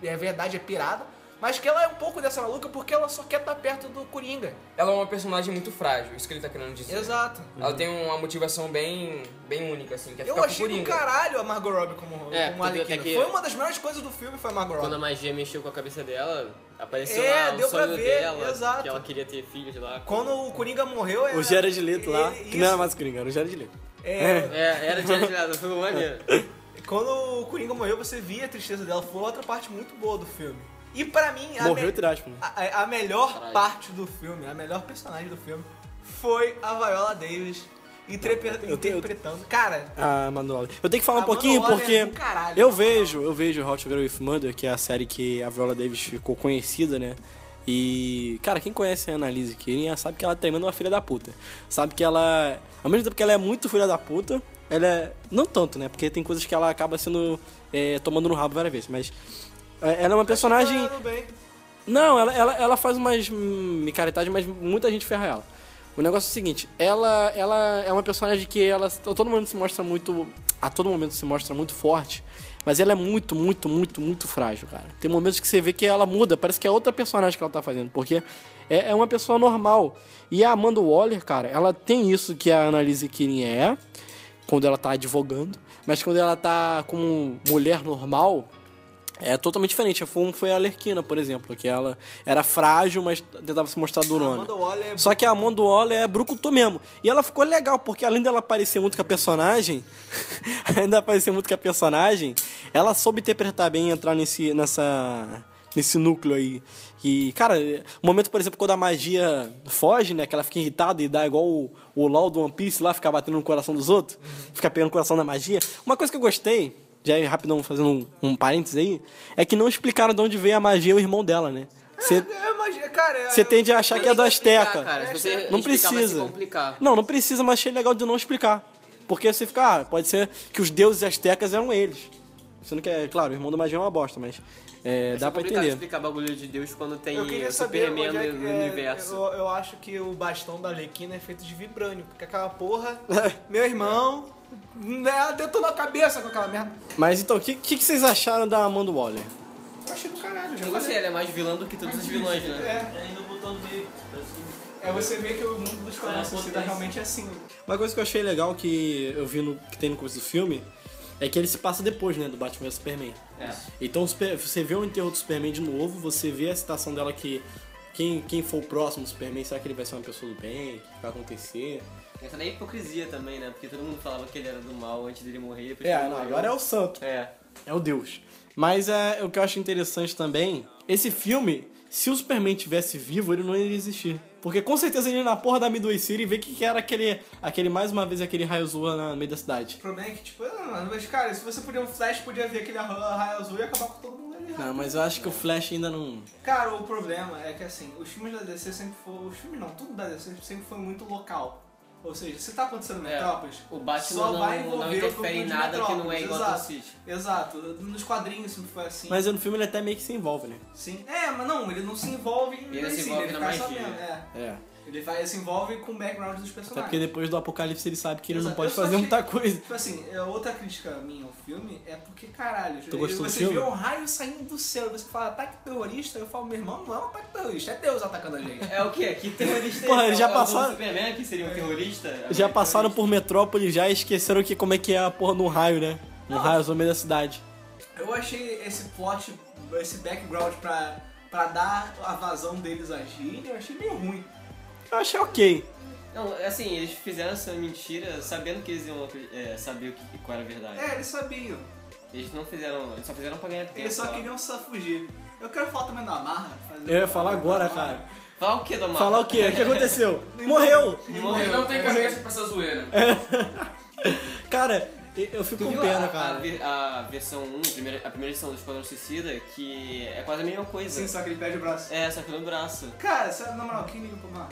A: É verdade, é pirada. Mas que ela é um pouco dessa maluca porque ela só quer estar perto do Coringa.
F: Ela é uma personagem muito frágil, isso que ele tá querendo dizer.
A: Exato.
F: Ela tem uma motivação bem, bem única, assim, que é
A: Eu
F: ficar
A: achei
F: com o
A: do
F: Coringa.
A: caralho a Margot Robbie como,
D: É,
A: como
D: até
A: Arlequina.
D: que-
A: Foi uma das melhores coisas do filme, foi a Margot
D: Quando a
A: Robbie.
D: magia mexeu com a cabeça dela, apareceu
A: É,
D: lá o
A: deu pra
D: sonho
A: ver,
D: dela,
A: exato.
D: que ela queria ter filhos lá.
A: Quando o Coringa morreu... era-
E: O Jared Leto lá,
A: ele-
E: que não era
A: isso.
E: mais o Coringa, era o Jared Leto.
A: É,
D: É, era de nada, foi maneiro.
E: é
A: Quando o Coringa morreu, você via a tristeza dela. Foi outra parte muito boa do filme. E pra mim, a,
E: Morreu
A: me-
E: entre aspas. né?
A: a- a- a melhor
D: Caralho.
A: parte do filme, a melhor personagem do filme, foi a Viola Davis entrepe-
E: eu tenho-
A: interpretando. Cara,
E: Ah, Manuel. Eu tenho que falar
A: A
E: um pouquinho
A: Manoel é
E: porque
A: do caralho,
E: eu
A: na moral.
E: vejo, eu vejo Hot Girl with Murder, que é a série que a Viola Davis ficou conhecida, né? E, cara, quem conhece a Annalise Kirin sabe que ela é tremendo uma filha da puta. Sabe que ela, ao mesmo tempo que ela é muito filha da puta, ela é. Não tanto, né? Porque tem coisas que ela acaba sendo. é, tomando no rabo várias vezes, mas. é, Ela é uma personagem.
A: Tá tudo bem.
E: Não, ela, ela, ela faz umas hum, micaretagem, mas muita gente ferra ela. O negócio é o seguinte, ela, ela é uma personagem que ela a todo momento se mostra muito. A todo momento se mostra muito forte, mas ela é muito, muito, muito, muito frágil, cara. Tem momentos que você vê que ela muda, parece que é outra personagem que ela tá fazendo, porque é, é uma pessoa normal. E a Amanda Waller, cara, ela tem isso que a Annalise Kirin é, quando ela tá advogando, mas quando ela tá como mulher normal, é totalmente diferente. A Fum foi a Lerquina, por exemplo, que ela era frágil, mas tentava se mostrar
A: A
E: durona.
A: Amanda Waller é
E: Só que a Amanda Waller é brucutu mesmo. E ela ficou legal, porque além dela parecer muito com a personagem, ainda parecer muito com a personagem, ela soube interpretar bem e entrar nesse, nessa, nesse núcleo aí. E, cara, o momento, por exemplo, quando a magia foge, né? Que ela fica irritada e dá igual o, o LOL do One Piece lá, ficar batendo no coração dos outros, ficar pegando o coração da magia. Uma coisa que eu gostei, já aí, rapidão fazendo um, um parênteses aí, é que não explicaram de onde veio a magia e o irmão dela, né? Você-
A: Eu imagino, cara...
E: você
A: eu-
E: tende a achar que é do Azteca.
D: Cara, se você
E: Não
D: explicar, vai se
E: precisa.
D: complicar.
E: Não, não precisa, mas achei legal de não explicar. Porque você fica, ah, pode ser que os deuses aztecas eram eles. Você não quer, claro, o irmão da magia é uma bosta, mas é, dá
D: é
E: pra
D: complicado
E: entender.
D: explicar bagulho de Deus quando tem
A: Eu queria saber
D: Superman
A: onde é que-
D: no
A: é,
D: universo.
A: Eu, eu acho que o bastão da Arlequina é feito de vibrânio, porque aquela porra, meu irmão, né, ela detonou a cabeça com aquela merda.
E: Mas então, o que, que, que vocês acharam da Amanda Waller?
A: Eu achei do caralho, já
D: Eu
A: falei.
D: gostei, ela é mais vilã do que todos os vilões, né?
A: É. É você vê que o mundo dos quadrinhos é, realmente é assim.
E: Uma coisa que eu achei legal que eu vi no, que tem no começo do filme é que ele se passa depois, né, do Batman vs Superman.
D: É.
E: Então o Super- você vê o enterro do Superman de novo, você vê a citação dela que quem, quem for o próximo do Superman, será que ele vai ser uma pessoa do bem? O que vai acontecer?
D: Essa nem é hipocrisia também, né? Porque todo mundo falava que ele era do mal antes dele morrer. depois que
E: É,
D: ele
E: não,
D: morreu.
E: agora é o santo.
D: É.
E: É o Deus. Mas é, o que eu acho interessante também, esse filme, se o Superman tivesse vivo, ele não iria existir. Porque com certeza ele ia na porra da Midway City e ver que que era aquele, aquele mais uma vez, aquele raio azul lá no meio da cidade.
A: O problema é que, tipo, ah, mano, mas cara, se você podia um flash, podia ver aquele arra- raio azul e acabar com todo mundo ali.
E: Não, mas eu acho que o Flash ainda não...
A: Cara, o problema é que assim, os filmes da DC sempre foram. Os filmes não, tudo da DC sempre foi muito local. Ou seja, se tá acontecendo
D: É.
A: em Metrópolis,
D: O Batman
A: só
D: não-
A: vai
D: não
A: envolver o
D: interfere em
A: grupo de
D: nada que não é
A: Metrópolis,
D: igual ao
A: exato.
D: do City.
A: Exato, nos quadrinhos sempre foi assim.
E: Mas no filme ele até meio que se envolve, né?
A: Sim. É, mas não, ele não se envolve em
D: Ele se
A: si,
D: envolve
A: ele
D: na
A: fica
D: magia.
A: sabendo, é.
E: É.
A: Ele vai, se envolve com o background dos
E: Até
A: personagens.
E: porque depois do Apocalipse ele sabe que ele não
A: Exato.
E: pode
A: Eu só
E: fazer
A: achei-
E: muita coisa.
A: Tipo assim, é, outra crítica minha ao filme é porque, caralho,
E: Tu gostou do
A: você
E: filme?
A: vê um raio saindo do céu e você fala ataque terrorista, eu falo, meu irmão, não é um ataque terrorista, é Deus atacando a gente.
D: É o quê? Que terrorista
E: Porra,
D: é esse?
E: já
D: É o-
E: passaram-
D: O Superman que seria um terrorista?
E: Já passaram por Metrópole já e esqueceram que como é que é a porra de um raio, né? Um raio azul no meio da cidade.
A: Eu achei esse plot, esse background pra, pra dar a vazão deles agir, eu achei meio ruim.
E: Eu achei ok.
D: Não, assim, eles fizeram essa mentira sabendo que eles iam é, saber o que, qual era a verdade.
A: É, eles sabiam.
D: Eles não fizeram, eles só fizeram pra ganhar tempo.
A: Eles só
D: ó.
A: queriam só fugir. Eu quero falar também da Marra. fazer-
E: Eu ia falar agora,
A: da Marra.
E: cara.
D: Falar o que, Domar?
E: Falar o quê? O que aconteceu?
A: Então,
E: Morreu!
F: Ele não tem cabeça pra essa zoeira.
E: Cara, eu fico
D: Tu
E: com
D: viu
E: pena,
D: a, A,
E: cara.
D: ver- a versão 1, a primeira, a primeira edição do Esquadrão Suicida, que é quase a mesma coisa.
A: Sim, só que ele perde o braço.
D: É, só que no braço.
A: Cara, sério, na moral, quem liga pro Marra?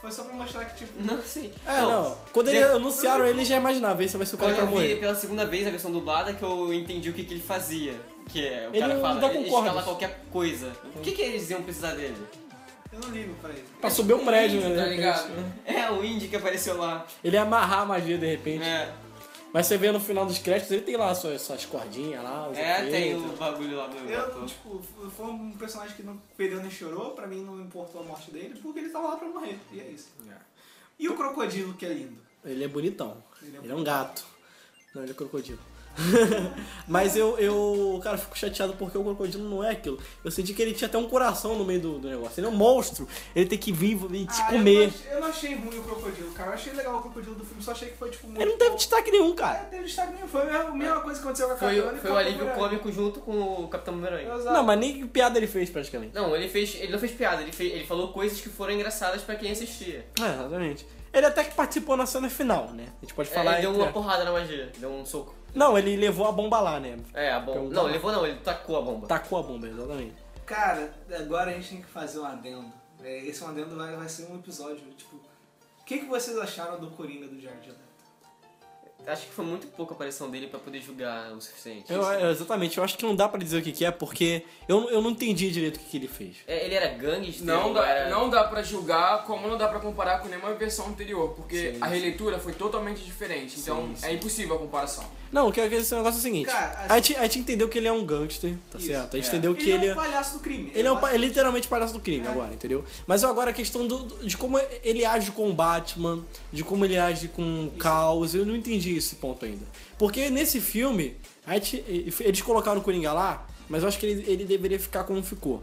A: Foi só pra mostrar que, tipo,
D: Não sei.
E: É, não. Quando eles anunciaram ele, já imaginava. Esse vai ser é o cara
D: Quando
E: que vai
D: eu vi
E: morrer.
D: pela segunda vez a versão dublada que eu entendi o que, que ele fazia. Que é, o
E: Ele
D: cara fala,
E: dá com
D: ele
E: cordas.
D: escala qualquer coisa. O que, que eles iam precisar dele?
G: Eu não ligo pra isso.
E: Pra subir um prédio, né? de
F: Tá
E: repente,
F: ligado?
E: né?
G: É o Indy que apareceu lá.
E: Ele ia amarrar a magia de repente.
G: É,
E: Mas você vê no final dos créditos, ele tem lá suas, suas cordinhas lá. os
G: é tem
E: efeitos.
G: o bagulho lá do
A: Eu,
G: ator.
A: tipo, foi um personagem que não perdeu nem chorou, pra mim não importou a morte dele, porque ele tava lá pra morrer, e é isso. E o crocodilo, que é lindo.
E: Ele é bonitão.
A: Ele é
E: Ele é um gato. Não, ele é crocodilo. Mas eu, eu, cara, eu fico chateado porque o crocodilo não é aquilo. Eu senti que ele tinha até um coração no meio do, do negócio. Ele é um monstro. Ele tem que vir e te
A: Ah, eu não
E: comer.
A: ach- Eu não achei ruim o crocodilo, cara. Eu achei legal o crocodilo do filme, só achei que foi, tipo, muito.
E: Ele não teve destaque nenhum, cara.
A: É, teve destaque nenhum. Foi a mesma- a mesma coisa que aconteceu com a
G: Foi,
A: Carona
G: o-
A: e
G: foi
A: com
G: o
A: a
G: alívio
A: Boomerang.
G: cômico junto com o Capitão Boomerang.
A: Exato.
E: Não, mas nem que piada ele fez praticamente.
G: Não, ele fez. Ele não fez piada, ele, fez- ele falou coisas que foram engraçadas pra quem assistia.
E: É, exatamente. Ele até que participou na cena final, né? A gente pode
G: É,
E: falar.
G: ele deu
E: entre-
G: uma porrada na magia, deu um soco.
E: Não, ele levou a bomba lá, né?
G: É, a bomba.
E: Então,
G: Não,
E: tá.
G: levou não, ele tacou a bomba.
E: Tacou a bomba, exatamente.
A: Cara, agora a gente tem que fazer um adendo. É, Esse um adendo vai, vai ser um episódio, tipo... O que, que vocês acharam do Coringa do Jared Leto?
G: Acho que foi muito pouca aparição dele pra poder julgar o suficiente.
E: Eu- eu- exatamente, eu acho que não dá pra dizer o que, que é, porque eu, eu não entendi direito o que, que ele fez.
G: É, ele era gangster?
F: Não
G: ou
F: dá,
G: era...
F: não dá pra julgar, como não dá pra comparar com nenhuma versão anterior, porque a releitura foi totalmente diferente, então é impossível a comparação.
E: Não, o que eu quero dizer é o negócio é o seguinte:
A: Cara, assim-
E: a, gente, a gente entendeu que ele é um gangster, tá
A: Isso,
E: certo? A gente
G: é.
E: entendeu que ele.
A: é um palhaço do crime.
E: Ele é, um, pa-
A: palhaço-
E: é literalmente palhaço do crime agora, entendeu? Mas agora a questão do- do- de como ele age com o Batman, de como ele age com o caos, eu não entendi esse ponto ainda. Porque nesse filme, a gente- eles colocaram o Coringa lá, mas eu acho que ele, ele deveria ficar como ficou.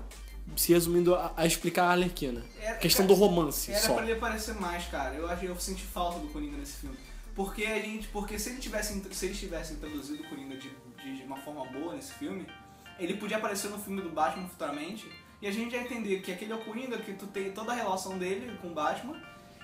E: Se resumindo a, a explicar a Arlequina.
A: Era-
E: questão
A: cara,
E: do romance
A: Era
E: só.
A: pra ele aparecer mais, cara. Eu acho que eu senti falta do Coringa nesse filme. Porque a gente. Porque se ele tivesse, se eles tivessem introduzido o Coringa de, de, de uma forma boa nesse filme, ele podia aparecer no filme do Batman futuramente. E a gente já entender que aquele é o Coringa, que tu tem toda a relação dele com o Batman,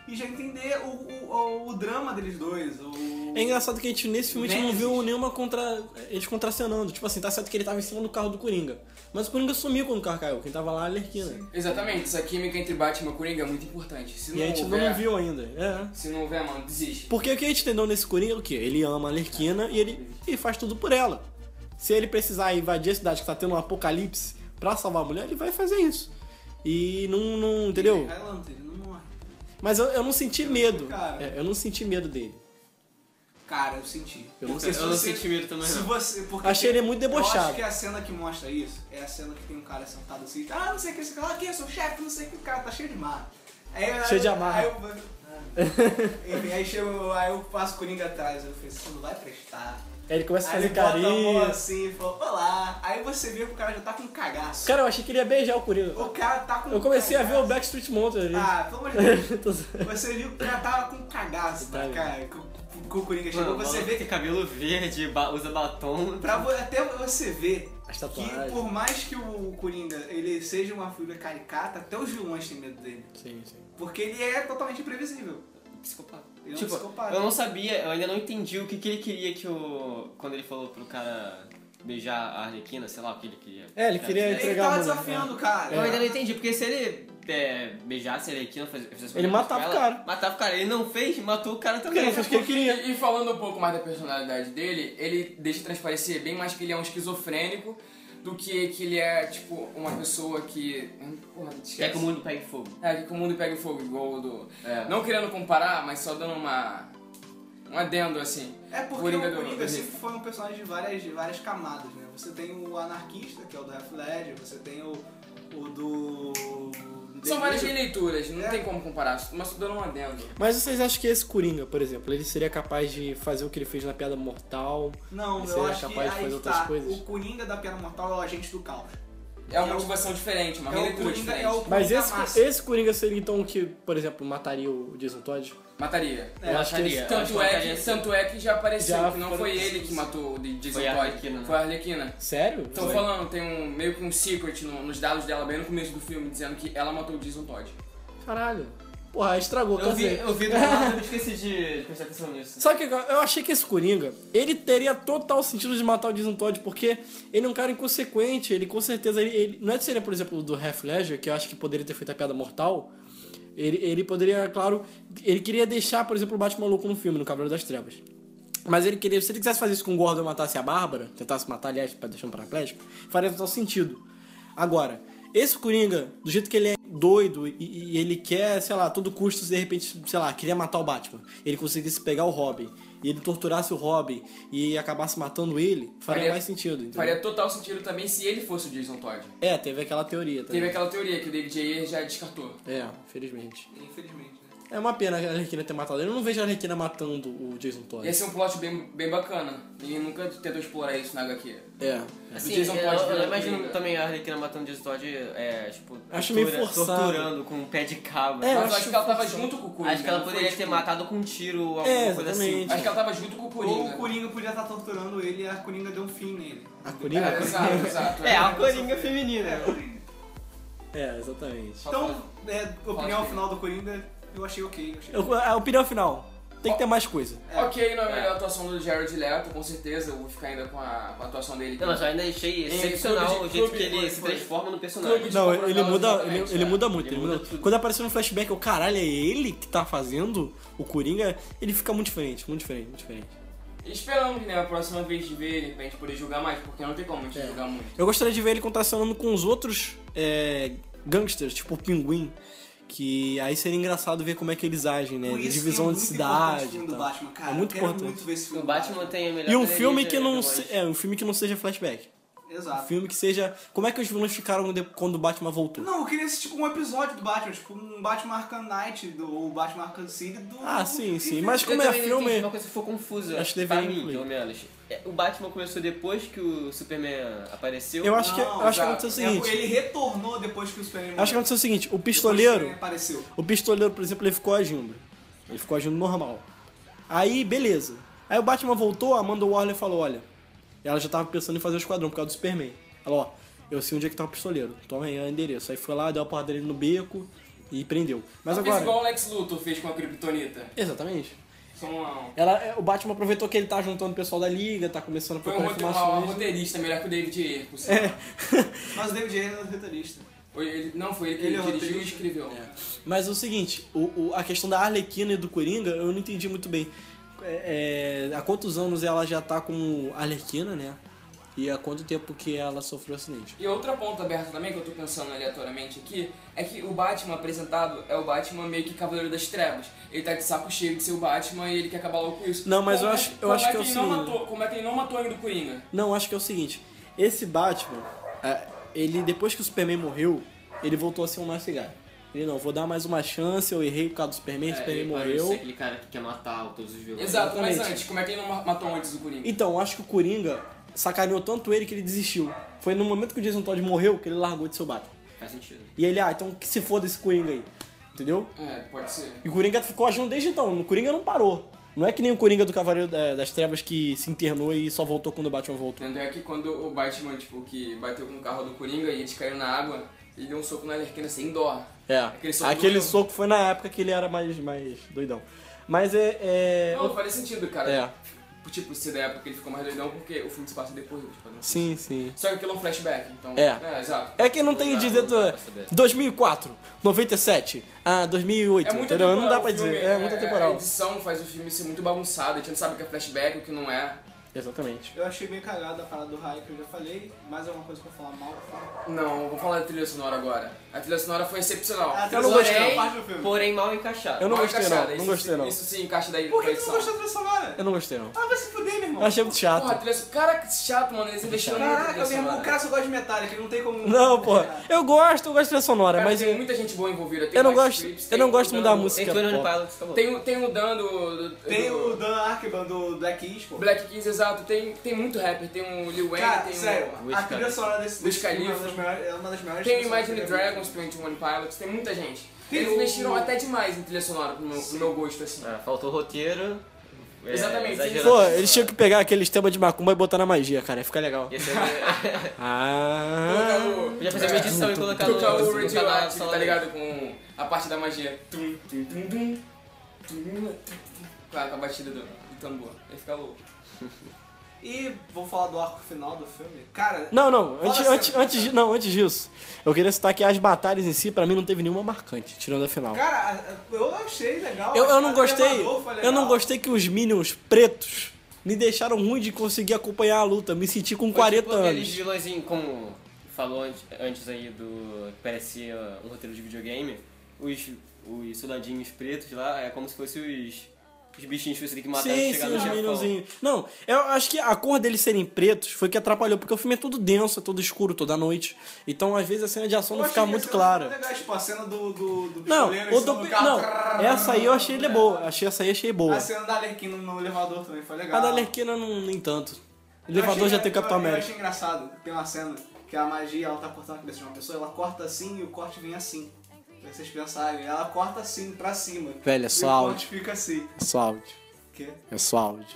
A: e já entender o, o, o- o drama deles dois. O...
E: É engraçado que a gente, nesse filme, a gente não
A: Nemesis.
E: viu nenhuma contra. Eles contracenando. Tipo assim, tá certo que ele tava em cima do carro do Coringa. Mas o Coringa sumiu quando o carro caiu. Quem tava lá é a Arlequina.
F: Exatamente, essa química entre Batman e Coringa é muito importante. Se
E: E
F: não
E: a gente
F: houver,
E: não viu ainda. É.
F: Se não houver, mano, desiste.
E: Porque o que a gente entendeu nesse Coringa é o quê? Ele ama a Lerquina e ele, ele faz tudo por ela. Se ele precisar invadir a cidade que tá tendo um apocalipse pra salvar a mulher, ele vai fazer isso. E não, não entendeu?
A: Highlander, ele não morre.
E: Mas eu, eu não senti medo.
A: Cara.
E: É, eu não senti medo dele.
A: Cara, eu senti.
E: Eu não
A: Porque
E: sei
A: se
G: Eu não
A: você-
G: senti medo também,
A: Se
G: não.
A: você, porque
E: Achei ele muito
A: Eu acho
E: debochado.
A: que é a cena que mostra isso é a cena que tem um cara sentado assim, ah, não sei o que, esse cara, aqui, eu sou chefe, não sei o que, o cara tá cheio de mar. Aí,
E: Cheio de
A: aí-
E: amarra.
A: Aí eu, enfim, aí, chega, o- aí eu passo o Coringa atrás, eu falei, você não vai prestar.
E: Aí ele começa a
A: Aí
E: fazer
A: ele bota a mão
E: carinho.
A: assim e fala, olá. Aí você vê que o cara já tá com cagaço.
E: Cara, eu achei que ele ia beijar o Coringa.
A: O cara tá com
E: Eu comecei a ver
A: cagaço.
E: o Backstreet Mountain ali.
A: Ah, pelo amor de Deus.
E: Tô zoando.
A: Você viu que o cara tava com cagaço, tá,
E: Tá,
A: cara? Com, com o Coringa chegou,
G: Mano,
A: você vê que
G: tem cabelo verde, ba- usa batom.
A: Pra vo- até você ver
E: As
A: que
E: tatuagens.
A: por mais que o Coringa ele seja uma figura caricata, até os vilões têm medo dele.
E: Sim, sim.
A: Porque ele é totalmente imprevisível.
G: Psicopata.
A: Ele é um
G: tipo,
A: psicopata.
G: eu não sabia, eu ainda não entendi o que, que ele queria que o. Quando ele falou pro cara beijar a Arlequina, sei lá o que ele queria.
E: É, ele queria
G: Cara,
A: Ele
E: entregar
A: tava
E: a mão, né? É.
A: desafiando, cara.
G: Eu ainda não entendi, porque se ele é, beijasse a Arlequina, faz- fizesse
E: Ele
G: uma coisa
E: matava
G: com
E: o
G: ela,
E: cara.
G: Matava o cara, ele não fez, matou o cara
E: Porque
G: também.
E: ele fez o que ele queria.
F: E, e falando um pouco mais da personalidade dele, ele deixa transparecer bem mais que ele é um esquizofrênico do que que ele é, tipo, uma pessoa que... hum, Porra, esquece.
G: Quer que o mundo pegue fogo.
F: É, que o mundo pega fogo, igual o do...
G: É.
F: Não querendo comparar, mas só dando uma... Um adendo, assim.
A: É porque
F: Coringa
A: o
F: do-
A: Coringa
F: do-
A: sempre foi um personagem de várias, de várias camadas, né? Você tem o anarquista, que é o do Half Ledger, você tem o, o do.
F: São várias
A: Delírio.
F: releituras, não
A: É.
F: tem como comparar, mas só dando um adendo.
E: Mas vocês acham que esse Coringa, por exemplo, ele seria capaz de fazer o que ele fez na Piada Mortal?
A: Não,
E: Ele
A: eu
E: seria
A: acho que
E: capaz de
A: aí
E: fazer
A: que
E: outras
A: tá.
E: coisas?
A: O Coringa da Piada Mortal é o agente do caos.
F: É
A: É
F: uma
A: o-
F: motivação diferente, uma
A: é o
F: releitura
A: Coringa,
F: diferente.
A: é o Coringa
E: Mas esse,
A: massa.
E: esse Coringa seria então o que, por exemplo, mataria o Jason Todd?
F: Mataria.
E: É, Eu acho que
G: mataria.
E: esse-
G: Eu acho
F: Tanto
G: que
F: é,
G: mataria
F: que,
G: sim.
F: tanto é que já apareceu,
E: Já
F: que não
E: foram-
F: foi ele que matou o de- Jason
G: Foi a
F: Todd,
G: Arlequina, né?
F: foi a Arlequina.
E: Sério?
G: Então
F: Estão
E: Sim.
F: falando, tem um meio que um secret no- nos dados dela, bem no começo do filme, dizendo que ela matou o Jason Todd.
E: Caralho. Porra, estragou,
G: Eu vi,
E: cansei.
G: eu vi do lado, eu esqueci de prestar atenção nisso.
E: Sabe o que eu- eu achei que esse Coringa, ele teria total sentido de matar o Jason Todd, porque ele é um cara inconsequente, ele com certeza, ele, ele- não é que seria, por exemplo, do Half Ledger, que eu acho que poderia ter feito a piada mortal, ele, ele poderia, claro, ele queria deixar, por exemplo, o Batman louco no filme, no Cavaleiro das Trevas. Mas ele queria, se ele quisesse fazer isso com o Gordon e matasse a Bárbara, tentasse matar, aliás, pra deixar um paraplégico, faria total sentido. Agora, Esse Coringa, do jeito que ele é doido e, e ele quer, sei lá, a todo custo, de repente, sei lá, queria matar o Batman. Ele conseguisse pegar o Robin. E ele torturasse o Robin e acabasse matando ele, faria mais sentido. entendeu?
F: Faria total sentido também se ele fosse o Jason Todd.
E: É, teve aquela teoria também.
F: Teve aquela teoria que o David Ayer já descartou.
E: É, infelizmente.
A: Infelizmente, né?
E: É uma pena a Arlequina ter matado ele. Eu não vejo a Arlequina matando o Jason Todd.
F: Ia ser um plot bem, bem bacana. Ele nunca tentou explorar isso na HQ.
E: É.
G: Assim,
F: O Jason
G: eu,
F: Todd
G: eu
F: virou
G: imagino
F: Coringa.
G: também a Arlequina matando o Jason Todd, é, tipo,
E: Acho
G: tortura-
E: meio forçado.
G: torturando com um pé de cabo.
E: É,
F: Mas eu
E: eu
F: acho,
E: acho
F: que ela tava
E: que-
F: junto com o Coringa.
G: acho que ela
F: não foi,
G: poderia ter
F: tipo,
G: matado com um tiro ou alguma
E: É,
G: coisa assim.
E: exatamente.
F: Acho que ela tava junto com o Coringa.
G: né?
A: Ou o Coringa podia estar torturando ele e a Coringa deu um fim nele.
E: A
F: É,
E: Coringa?
F: exato, exato.
G: né? É, a Coringa feminina.
E: É, exatamente.
A: É. Então, é, opinião
F: Fala.
A: final do Coringa, eu achei ok. Eu achei
E: Eu- a opinião final. Tem que ter mais coisa.
F: Ok, não é a
G: É.
F: melhor atuação do Jared Leto, com certeza. Eu vou ficar ainda com a, com a atuação dele.
G: Não, mas é- eu ainda
E: É,
G: achei
F: Clube-
G: excepcional o
F: clube-
G: jeito que
F: clube-
G: ele se
F: foi-
G: transforma no personagem.
F: clube-
E: Não,
F: Tipo,
E: ele muda,
F: exatamente,
E: ele,
F: é.
E: ele muda muito.
G: Ele
E: ele muda
G: muda tudo.
E: Quando apareceu no flashback, eu, caralho, é ele que tá fazendo o Coringa? Ele fica muito diferente, muito diferente, muito diferente.
F: Esperamos, né, a próxima vez de ver ele, pra gente poder julgar mais, porque não tem como a gente julgar muito.
E: Eu gostaria de ver ele contracionando com os outros é, gangsters, tipo o Pinguim. Que aí seria engraçado ver como é que eles agem, né?
A: Por
E: De
A: isso que
E: divisão
A: é
E: de
A: muito importante o
E: cidade.
A: filme
E: e
A: do
E: tal.
A: Batman, cara.
E: É muito
A: Eu quero
E: importante.
A: muito ver esse filme
G: O
A: do
G: Batman tem a melhor
E: E um
G: galeria
E: filme que
G: de
E: não
G: heróis.
E: se, é, um filme que não seja flashback. Um
A: Exato.
E: filme que seja. Como é que os vilões ficaram de- quando o Batman voltou?
A: Não, eu queria assistir tipo, um episódio do Batman, tipo um Batman Arkham Knight do, ou Batman Arkham City do...
E: Ah,
A: do-
E: sim, sim.
A: enfim.
E: Mas como é
G: também não entendi, Uma
E: filme.
G: coisa que ficou confusa.
E: Acho que deveria
G: pra mim,
E: incluir.
G: pelo menos. É, O Batman começou depois que o Superman apareceu.
E: Eu acho que,
A: Não,
E: eu acho que
F: exato.
E: aconteceu
A: É,
E: o seguinte.
A: ele retornou depois que o Superman...
E: Eu acho que aconteceu o seguinte, o
A: depois que o Superman
E: pistoleiro.
A: apareceu.
E: O pistoleiro, por exemplo, ele ficou agindo. Ele ficou agindo normal. Aí, beleza. Aí o Batman voltou, a Amanda Waller falou, olha... Ela já tava pensando em fazer o esquadrão por causa do Superman. Ela, ó, eu sei onde é que tá o pistoleiro. Toma aí o endereço. Aí foi lá, deu a porrada dele no beco e prendeu. Mas
F: Ela Fez
E: agora...
F: igual o Lex Luthor fez com a Kryptonita.
E: Exatamente.
F: Só uma-
E: Ela, é, o Batman aproveitou que ele tá juntando o pessoal da liga, tá começando a
F: Foi um
E: procurar
F: rote- uma- uma
E: informações.
F: roteirista melhor que o David Ayer, por sinal.
A: Mas o David Ayer é o retorista.
F: Foi ele- não, foi ele que
A: Ele é o
F: dirigiu e
A: roteirista.
F: escreveu.
E: Mas é o seguinte, o- o- a questão da Arlequina e do Coringa, eu não entendi muito bem. É, é, há quantos anos ela já tá com Arlequina, né? E há quanto tempo que ela sofreu o acidente?
F: E outra ponta aberta também que eu tô pensando aleatoriamente aqui é que o Batman apresentado é o Batman meio que Cavaleiro das Trevas. Ele tá de saco cheio de ser o Batman e ele quer acabar logo com isso.
E: Não, mas
F: Como
E: eu
F: é-
E: acho- eu
F: como
E: acho
F: é
E: que é o
F: ele não
E: seguinte.
F: matou, Como é que ele não matou ainda o Coringa?
E: Não, acho que é o seguinte, esse Batman, é, ele depois que o Superman morreu, ele voltou a ser um nice guy. Ele não, vou dar mais uma chance, eu errei por causa do Superman, o Superman
G: É, ele parece ser
E: morreu.
G: aquele cara que quer matar todos os vilões.
F: Exato, mas
E: Exatamente.
F: antes, como é que ele não ma- matou antes o Coringa?
E: Então, acho que o Coringa sacaneou tanto ele que ele desistiu. Foi no momento que o Jason Todd morreu que ele largou de seu Batman.
G: Faz sentido.
E: E ele, ah, então que se foda esse Coringa aí. Entendeu?
F: É, pode ser.
E: E o Coringa ficou agindo desde então. O Coringa não parou. Não é que nem o Coringa do Cavaleiro da- das Trevas que se internou e só voltou quando o Batman voltou.
F: Tanto é que quando o Batman, tipo, que bateu com o carro do Coringa e eles caíram na água, ele deu um soco na Arlequina sem dó.
E: É.
F: Aquele
E: Aquele
F: soco
E: soco,
F: doeu.
E: foi na época que ele era mais, mais doidão. Mas é. é-
F: Não, faria sentido, cara.
E: É.
F: Tipo, se da época ele ficou mais doidão, porque o filme se passa depois do tipo, né?
E: Sim, sim.
F: Só que aquilo é um flashback, então.
E: É.
F: exato.
E: É que não tem
G: dá,
E: dizer.
G: não dá pra saber.
E: 2004, 97, ah, 2008, entendeu? Não dá pra
F: É o filme,
E: dizer. É, muito
F: A
E: temporal.
F: edição faz o filme ser muito bagunçado, a gente não sabe o que é flashback, o que não é.
E: Exatamente.
A: Eu achei bem cagada a parada do raio que eu já falei. Mais alguma coisa que eu falar mal?
F: Não, vamos falar da trilha sonora agora. A trilha sonora foi excepcional.
A: Ah,
E: eu não
A: gostei.
E: gostei.
A: da parte do filme.
G: Porém, mal encaixado.
E: Eu não
F: Mal
E: gostei,
F: encaixada,
E: não.
F: isso
E: Não gostei,
F: sim-
E: não.
F: Isso se encaixa daí
A: Por que tu
F: edição.
A: não gostou da trilha sonora?
E: Eu não gostei, não.
A: Ah, vai se fuder, meu irmão.
E: Eu achei muito chato.
F: Porra, a trilha Cara, que chato, mano. Eles investiram muito na
A: Caraca,
F: trilha
A: meu irmão,
F: sonora.
A: o cara um só gosta de Metallica, ele não tem como... É,
E: Não, porra. Eu gosto, eu gosto de trilha sonora,
F: Cara,
E: mas.
F: tem um muita gente boa envolvida. Tem
E: Eu não
F: Mike
E: gosto-
F: Phillips,
E: eu
F: tem
E: não
F: o
E: gosto muito
F: Dan-
E: da música.
G: Tem Twilight Pilots, acabou.
F: Tem, o- tem o Dan do, do-
A: Tem
F: do-
A: o Dan Arkman do Black Keys, pô.
F: Black Keys, exato. Tem, tem muito rapper. Tem o Lil Wayne,
A: Cara,
F: tem
A: sério,
F: o...
G: Wiz
A: a trilha
G: Khalifa.
A: sonora desse
F: Wiz
A: desse filme é uma das
F: Khalifa.
A: melhores- é uma das melhores
F: Tem o
A: trilhas sonoras
F: Imagine
A: que eu já vi.
F: Dragons, 21 Pilots, tem muita gente.
A: Tem
F: Eles
A: o-
F: investiram até demais em trilha sonora pro meu, pro meu gosto, assim.
G: Ah, faltou roteiro. É,
F: Exatamente.
G: exagerado.
E: Pô, eles tinham que pegar aqueles temas de macumba e botar na magia, cara. Fica legal.
G: Esse aí-
E: Ah.
F: Colocar o-
G: Podia fazer uma edição e colocar no,
F: Tocar o
G: no canal
F: Radioactive,
G: só
F: tá ligado? Com a parte da magia. Tum, tum, tum, tum, tum, tum. Com a com a batida do, do tambor. Ele fica louco.
A: E vou falar do arco final do filme. Cara,
E: Não, não,
A: Fala
E: antes,
A: sério,
E: antes,
A: cara.
E: antes, de- não, antes disso, eu queria citar que as batalhas em si, pra mim, não teve nenhuma marcante, tirando a final.
A: Cara, eu achei legal.
E: Eu,
A: achei
E: eu não
A: o
E: gostei,
A: elevador foi legal.
E: eu não gostei que os Minions pretos me deixaram ruim de conseguir acompanhar a luta, me senti com
G: Foi
E: 40
G: tipo aqueles
E: anos.
G: vilões em- como falou antes- antes aí do. que parecia um roteiro de videogame, os, os soldadinhos pretos lá é como se fossem os, os bichinhos que você tem que matar
E: Sim,
G: e chegar
E: sim,
G: no
E: os
G: Japão.
E: minionzinhos. Não, eu acho que a cor deles serem pretos foi que atrapalhou, porque o filme é todo denso, é todo escuro, toda noite. Então, às vezes, a cena de ação não fica muito clara.
A: Legal, tipo, a cena do, do, do
E: Não,
A: pistoleiro em
E: ou
A: cima
E: do,
A: do carro.
E: não, é essa aí eu achei ele boa. Achei essa aí achei boa.
A: A cena da Alerquina no elevador também foi legal.
E: A da Alerquina não nem tanto. O
A: Eu
E: elevador
A: achei-
E: já tem o Capitão
A: eu- Eu
E: América.
A: achei engraçado, tem uma cena que a magia, ela tá cortando a cabeça de uma pessoa, ela corta assim e o corte vem assim. Pra vocês pensarem, ela corta assim, pra cima.
E: Velho, é
A: E
E: só
A: o
E: áudio.
A: corte fica assim.
E: É só áudio.
A: Que?
E: É só áudio.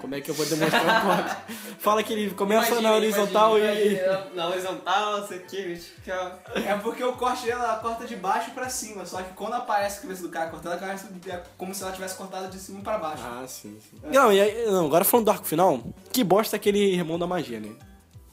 E: Como é que eu vou demonstrar o corte? Fala que ele começa
G: Imagina,
E: na horizontal
G: imagina,
E: e.
G: imagina, Na horizontal, você aqui, fica.
A: É porque o corte dela, ela corta de baixo pra cima, só que quando aparece a cabeça do cara cortando, ela parece é como se ela tivesse cortado de cima pra baixo.
E: Ah, sim, sim. Não, e aí- não, agora falando do arco final, que bosta aquele irmão da magia, né?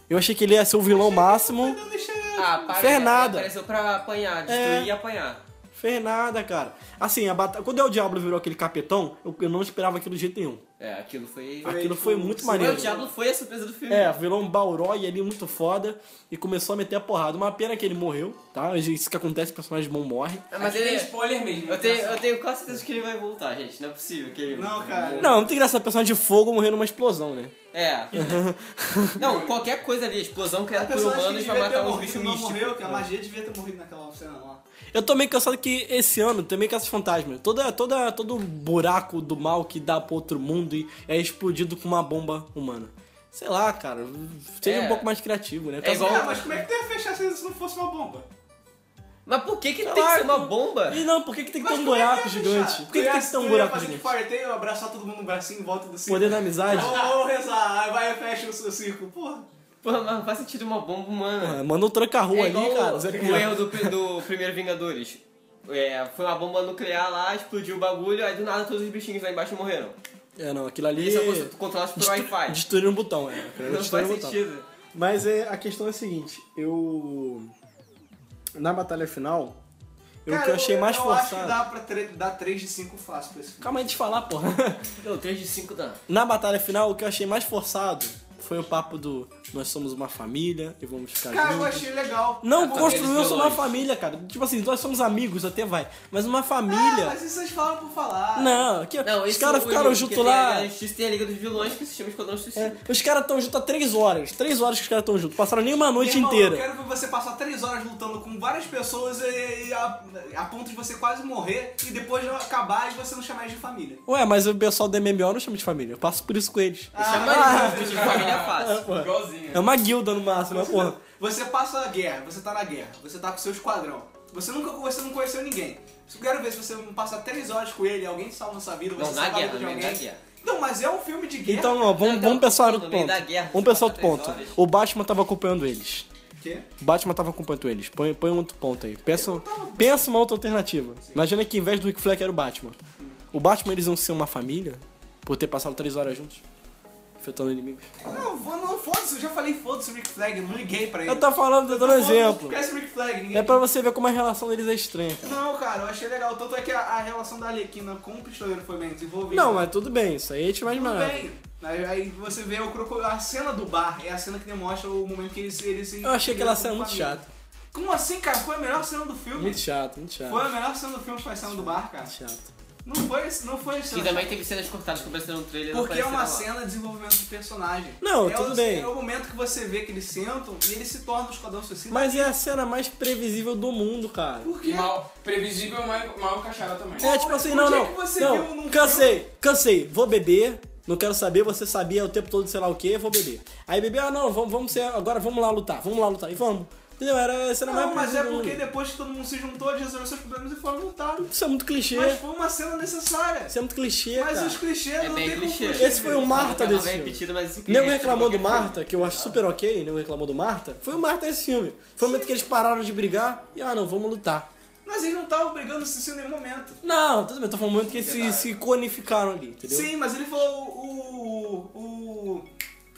E: Eu achei que ele ia ser o vilão máximo.
A: Então deixa...
G: Ah, para,
E: Fez nada.
G: Apareceu pra apanhar, destruir
E: É.
G: e apanhar.
E: Fez nada, cara. Assim, a bata... quando o El Diablo virou aquele capetão, eu, eu não esperava aquilo de jeito nenhum.
G: É, aquilo foi.
E: Aquilo foi muito
G: Foi
E: maneiro.
G: o Diablo foi a surpresa do filme.
E: É, virou um Balrog ali muito foda e começou a meter a porrada. Uma pena que ele morreu, tá? Isso que acontece, personagens bom morre.
G: Ah, Mas ele
F: é spoiler mesmo.
G: Eu tenho, eu tenho quase certeza que ele vai voltar, gente. Não é possível que ele.
A: Não, cara.
E: Não, é não tem graça personagem de fogo morrer numa explosão, né?
G: É. não, qualquer coisa ali, explosão
A: A
G: criada por
A: pessoa acha que
G: humanos vai
A: devia ter
G: matar um uns
A: morrido
G: bichos
A: e não
G: místicos.
A: morreu, que a magia devia ter morrido naquela cena lá.
E: Eu tô meio cansado que esse ano também com essas fantasmas. Toda, toda, todo buraco do mal que dá pro outro mundo e é explodido com uma bomba humana. Sei lá, cara. Seja
G: É.
E: um pouco mais criativo, né?
G: É igual-
A: Ah, mas como é que tu ia fechar se isso não fosse uma bomba?
G: Mas por que, que
E: Sei
G: tem que
E: lá,
G: ser uma
E: como-
G: bomba?
E: E não, por que, que tem que
A: Mas
E: ter um
A: como é que
E: buraco
A: ia
E: gigante?
A: fechar? Tu
E: Por que, que tem
A: ia-
E: que ter
A: tu
E: um
A: ia
E: buraco
A: fazer
E: gigante?
A: que farteio, abraçar todo mundo no bracinho em volta do círculo.
E: Poder da amizade? É
A: Ou, ou rezar, aí vai e fecha o seu círculo, porra.
G: Pô, mas não faz sentido uma bomba humana.
E: Ah, Manda um tranca-rua
G: é
E: ali,
G: igual
E: cara. zero
G: o
E: criança.
G: erro do, pri- do primeiro Vingadores. É, foi uma bomba nuclear lá, explodiu o bagulho, aí do nada todos os bichinhos lá embaixo morreram.
E: É, não, aquilo ali.
G: E são cons- controlados por
E: Destru-
G: tipo, Wi-Fi.
E: Destruir um botão, é. Aquilo ali
G: Não
E: destruir
G: faz
E: um botão.
G: sentido.
E: Mas é, a questão é a seguinte, eu. Na batalha final, eu, o
A: Cara,
E: que eu achei mais
A: eu
E: forçado.
A: acho que dá pra tre- dar 3 de 5 fácil pra esse filme.
E: Calma aí de falar, porra.
G: Deu 3 de 5 dá.
E: Na batalha final, o que eu achei mais forçado foi o papo do nós somos uma família e vamos ficar
A: Cara, eu
E: juntos.
A: achei legal.
E: Não
G: Tá,
E: construiu-se
G: eles
E: uma
G: dois.
E: família, cara. Tipo assim, nós somos amigos, até vai. Mas uma
A: Ah,
E: família.
A: mas isso vocês falam por falar.
E: Não, que,
G: Não,
E: os
G: esse
E: caras
G: é o
E: ficaram
G: Will, porque
E: juntos
G: tem né?
E: lá.
G: A Liga da Justiça tem a Liga dos Vilões que se chama Esquadrão Suicida.
E: É, os caras estão juntos há três horas. Três horas que os caras estão juntos. Passaram nem uma
A: Meu
E: noite
A: irmão,
E: inteira.
A: Eu quero ver você passar 3 horas lutando com várias pessoas e, e a, a ponto de você quase morrer e depois acabar e você não chamar eles de família.
E: Ué, mas o pessoal do MMO não chama de família. Eu passo por isso com eles.
G: Chama eles de família fácil.
F: Igualzinho.
E: É uma guilda no máximo, mas porra.
A: Você passa a guerra, você tá na guerra, você tá com seu esquadrão. Você nunca você não conheceu ninguém. Eu quero ver se você não passa três horas com ele, alguém salva sua vida, você
G: Não, na
A: salva a
G: guerra,
A: vida de
G: no meio
A: alguém.
G: da guerra.
A: Não, mas é um filme de guerra.
E: Então, ó, vamos,
G: Não,
E: vamos
G: não,
E: pensar
G: no
E: outro
G: meio
E: ponto.
G: da guerra,
E: vamos pensar outro
G: quatro,
E: ponto.
G: três horas.
E: O Batman tava acompanhando eles.
A: Que?
E: O Batman tava acompanhando eles. Põe, põe um outro ponto aí. Pensa, pensa uma outra alternativa. Imagina que em vez do Rick Fleck era o Batman. O Batman eles iam ser uma família por ter passado três horas juntos. Enfrentando inimigos.
A: Não, vou- não foda-se, eu já falei foda-se o Rick Flag, eu não liguei pra ele.
E: Eu tô falando, tô dando exemplo.
A: Esquece o Rick Flag, ninguém.
E: É pra você ver como a relação deles é estranha, cara.
A: Não, cara, eu achei legal. Tanto é que a, a relação da Arlequina com o pistoleiro foi bem desenvolvida.
E: Não, mas tudo bem, isso aí é a gente vai
A: Tudo
E: imaginar.
A: bem. Aí aí você vê o crocodilo. A cena do bar é a cena que demonstra o momento que ele se. Ele se
E: Eu achei aquela cena
A: como
E: muito
A: família.
E: chata.
A: Como assim, cara? Foi a melhor cena do filme.
E: Muito chato, muito chato.
A: Foi a melhor cena do filme foi a cena do bar, cara.
E: Muito chato.
A: Não foi, não foi a
G: E
A: cena.
G: também teve cenas cortadas que apareceram no trailer. não
A: Porque é uma
G: apareceram lá.
A: cena de desenvolvimento de personagem.
E: Não,
A: é
E: tudo
A: o,
E: bem.
A: É o momento que você vê que eles sentam e eles se tornam o Esquadrão Suicida.
E: Mas é a cena mais previsível do mundo, cara.
A: Por
F: E
A: quê?
F: mal, previsível, mas mal cachara também.
E: É, tipo assim,
A: Onde
E: não,
A: é
E: não.
A: que você viu
E: não
A: num
E: cansei, cansei. Vou beber, não quero saber, você sabia o tempo todo, sei lá o que, vou beber. Aí beber, ah, não, vamos, vamos ser, agora vamos lá lutar, vamos lá lutar. E vamos. Entendeu? Era a cena
A: Não,
E: mais
A: mas é
E: previsível do
A: porque
E: mundo.
A: depois que todo mundo se juntou, eles resolveram seus problemas e foram lutar.
E: Isso é muito clichê.
A: Mas foi uma cena necessária.
E: Isso é muito clichê,
A: Mas
E: cara.
A: os clichês
G: É
A: não
G: bem
A: tem como
G: clichê.
A: fugir.
E: Esse foi o Marta
G: Ela
E: desse
G: vai
E: filme.
G: repetida, mas
E: Nego reclamou do Marta, que eu acho super ok, nego reclamou do Marta. Foi o Marta esse filme. Foi o momento que eles pararam de brigar e, ah, não, vamos lutar.
A: Mas eles não estavam brigando se em nenhum momento.
E: Não, tudo bem, tô falando um momento que eles se, se conificaram ali, entendeu?
A: Sim, mas ele falou o. o. o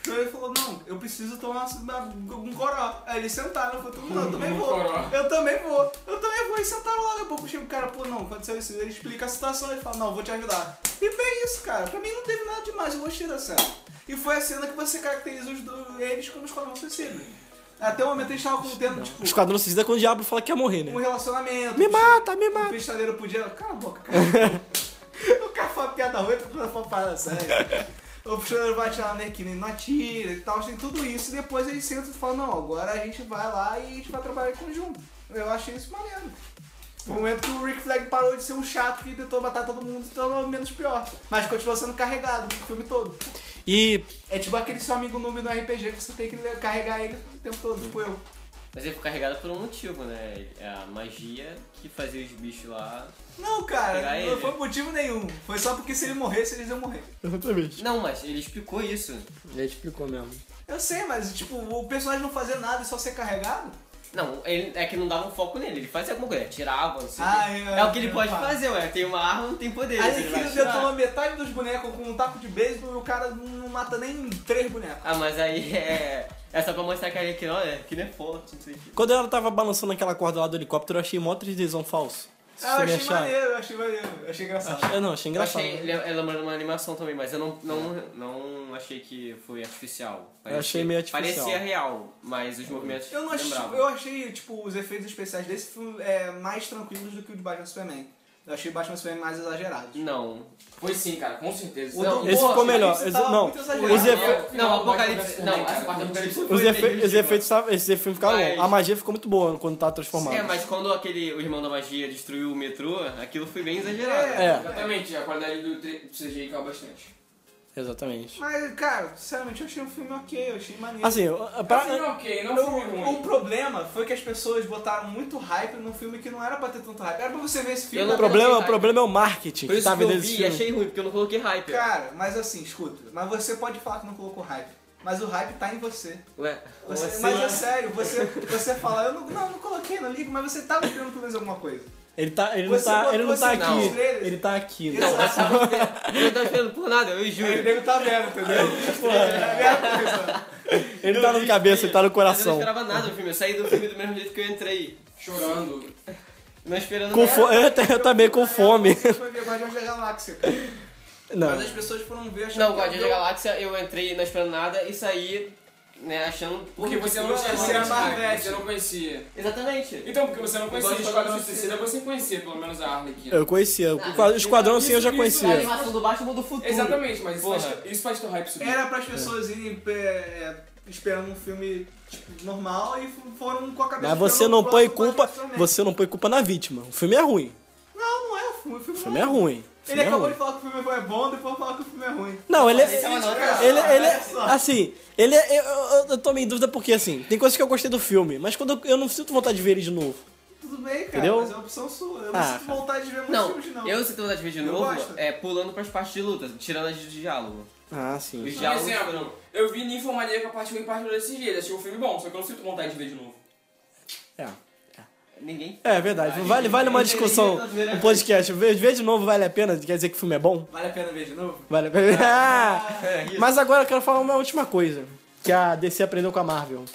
A: ele falou, não, eu preciso tomar uma- um coró. Aí eles sentaram, eu falei, não, eu também
F: Um
A: vou.
F: coró.
A: Eu também vou. Eu também vou. E sentaram logo. Daqui a pouco chega o cara, pô, não, aconteceu isso. Ele explica a situação, ele fala, não, vou te ajudar. E foi isso, cara. Pra mim não teve nada demais, eu gostei da cena. E foi a cena que você caracteriza os do, eles como esquadrão suicida. Até o momento eles estavam contendo, tipo,
E: O Esquadrão Suicida é quando o diabo fala que ia morrer,
A: um
E: né?
A: relacionamento.
E: Me mata, me
A: O
E: mata.
A: pistoleiro podia. Cala a boca, cara. o cara fala piada ruim pra falar uma parada séria. O pistoleiro bate lá na equipe, não atira e tal, tem tudo isso. E depois eles sentam e falam: não, agora a gente vai lá e a gente vai trabalhar em conjunto. Eu achei isso maneiro. No momento que o Rick Flag parou de ser um chato que tentou matar todo mundo, então menos pior. Mas continuou sendo carregado o filme todo.
E: E
A: É tipo aquele seu amigo noob no RPG que você tem que carregar ele o tempo todo, tipo eu.
G: Mas ele foi carregado por um motivo, né? É a magia que fazia os bichos lá.
A: Não, cara,
G: Pegar
A: não
G: ele.
A: foi motivo nenhum. Foi só porque se ele morresse, eles iam morrer.
E: Exatamente.
G: Não, mas ele explicou isso.
E: Ele explicou mesmo.
A: Eu sei, mas tipo, o personagem não fazer nada e só ser carregado?
G: Não, ele, é que não dava um foco nele, ele fazia alguma coisa, atirava, não sei o
A: Ah,
G: quê.
A: é,
G: é, o que ele
A: é,
G: pode
A: pá.
G: fazer, ué. Tem uma arma, não tem poder.
A: Aí
G: Ele vai
A: ele
G: atirar.
A: detonou metade dos bonecos com um taco de beisebol e o cara não não mata nem três bonecos.
G: Ah, mas aí é. É só pra mostrar que ele que não é, que não é forte, não sei o quê.
E: Quando ela tava balançando aquela corda lá do helicóptero, eu achei mó 3Dzão falso. Se
A: Ah, eu
E: você me
A: achei
E: achar.
A: maneiro, eu achei maneiro, eu achei engraçado.
E: Eu não, achei
G: Eu
E: engraçado. né? É.
G: achei, ele- ela mandou uma animação também, mas eu não, não, não achei que foi artificial.
E: Eu achei meio artificial.
G: Parecia real, mas os movimentos
A: Eu não achei,
G: lembravam.
A: eu achei, tipo, os efeitos especiais desse filme é, mais tranquilos do que o de Batman Superman. Eu achei o Batman Superman mais exagerado.
G: Não.
F: Foi sim, cara, com certeza.
G: O
F: Não,
G: do-
E: Esse
G: Porra,
E: ficou melhor.
A: isso
E: Ex-
A: tava
E: não,
A: muito exagerado.
E: os, efe-
F: Não,
G: Não, o
F: Não,
G: Apocalipse.
F: não,
G: Não, essa
F: cara,
G: parte do
F: não
G: Apocalipse
E: os,
G: foi
E: efe-
G: terrível.
E: os efeitos estavam- esses efeitos ficaram
G: Mas-
E: bons. A magia ficou muito boa quando tá transformado.
G: É, mas quando aquele, o irmão da magia destruiu o metrô, aquilo foi bem exagerado.
E: É,
F: Exatamente, a qualidade do tre- é do CGI caiu bastante.
E: exatamente.
A: Mas, cara, sinceramente, eu achei o filme ok, eu achei maneiro.
E: Assim,
F: Assim,
E: pra,
F: ok, não foi
A: Eu-
F: ruim.
A: Então, o problema foi que as pessoas botaram muito hype num filme que não era pra ter tanto hype. Era pra você ver esse filme.
G: Eu não-
E: o, problema, o
G: Por
E: problema é o marketing
G: Por
E: que
G: isso
E: tá
G: que eu
E: vendendo esse
G: vi e
E: filme.
G: achei ruim, porque eu não coloquei hype.
A: Cara, mas assim, escuta. Mas você pode falar que não colocou hype. Mas o hype tá em você.
G: Ué, assim?
A: Você-
G: você-
A: mas é sério, você, você fala, eu não, não, não coloquei, não ligo, mas você tá tava esperando pelo menos alguma coisa.
E: Ele, tá, ele, não
A: Você
E: tá, ele não
A: botou
G: assim,
E: tá
A: esse
E: aqui.
A: trailer?
E: Ele tá aqui. né?
A: é
G: Não, mas tava esperando- eu não tava esperando por nada, eu juro.
A: Ele deve assim, tá vendo, entendeu? É a mesma coisa.
E: Ele tá na cabeça, ele
G: Mas eu
E: tá no
G: não
E: coração.
G: esperava nada do filme, eu saí do filme do mesmo jeito que eu entrei.
F: Chorando.
G: Não esperando
E: Com
G: nada.
E: fo- eu, até- eu também com fome.
A: Você foi ver Guardiões da Galáxia. cara.
E: Não.
A: Mas as pessoas foram ver achando
G: Não,
A: que
G: Guardiões da
A: eu-
G: Galáxia, eu entrei não esperando nada e saí, né, achando...
F: Porque você não
A: Você
F: tinha
A: era
F: realmente
A: Marvete.
F: hype, você não conhecia.
G: Exatamente.
F: Então, porque você não conhecia o
G: Igual a
F: Esquadrão
G: gente-
F: Suicida, você conhecia pelo menos a Arlequina.
E: Eu conhecia. O quadro- o esquadrão sim eu já
G: A
E: conhecia.
G: animação do Batman do futuro.
F: Exatamente, mas isso
G: Porra.
F: faz, isso faz teu hype subir.
A: Era pras pessoas irem é, é, esperando um filme tipo, normal e f- foram com a cabeça
E: Mas você
A: esperando
E: não
A: o
E: põe
A: próximo
E: culpa.
A: Batman Superman.
E: Você não põe culpa na vítima. O filme é ruim.
A: Não, não é o filme. O filme,
E: O filme é ruim. O
A: Ele
E: filme é
A: acabou
E: ruim.
A: de falar que o filme é bom, depois falar que o filme é ruim.
E: Não, ele é.
G: Isso é uma nota.
E: Ele, ele
A: Olha né? só.
E: assim, ele é, eu, eu, eu tô meio em dúvida porque, assim, tem coisas que eu gostei do filme, mas quando eu, eu não sinto vontade de ver ele de novo.
A: Tudo bem, cara,
E: Entendeu?
A: mas é uma opção sua. Eu não
E: Ah,
A: sinto vontade de ver muitos
G: Não,
A: filmes, não.
G: eu sinto vontade de ver de
A: Eu
G: novo,
A: gosto.
G: é, pulando pras partes de luta, tirando as de diálogo.
E: Ah, sim.
G: Os
F: Por
G: diálogos
F: exemplo,
G: foram...
F: eu vi Ninfomaníaca parte 1 e parte 2 esses dias, achei o filme bom, só que eu não sinto vontade de ver de novo.
E: É.
G: Ninguém...
E: É verdade. Vale, vale uma discussão,
A: né?
E: um podcast. Ver, ver de novo vale a pena? Quer dizer que o filme é bom?
A: Vale a pena ver de novo?
E: Vale a pena.
G: É, isso.
E: Mas agora eu quero falar uma última coisa que a DC aprendeu com a Marvel.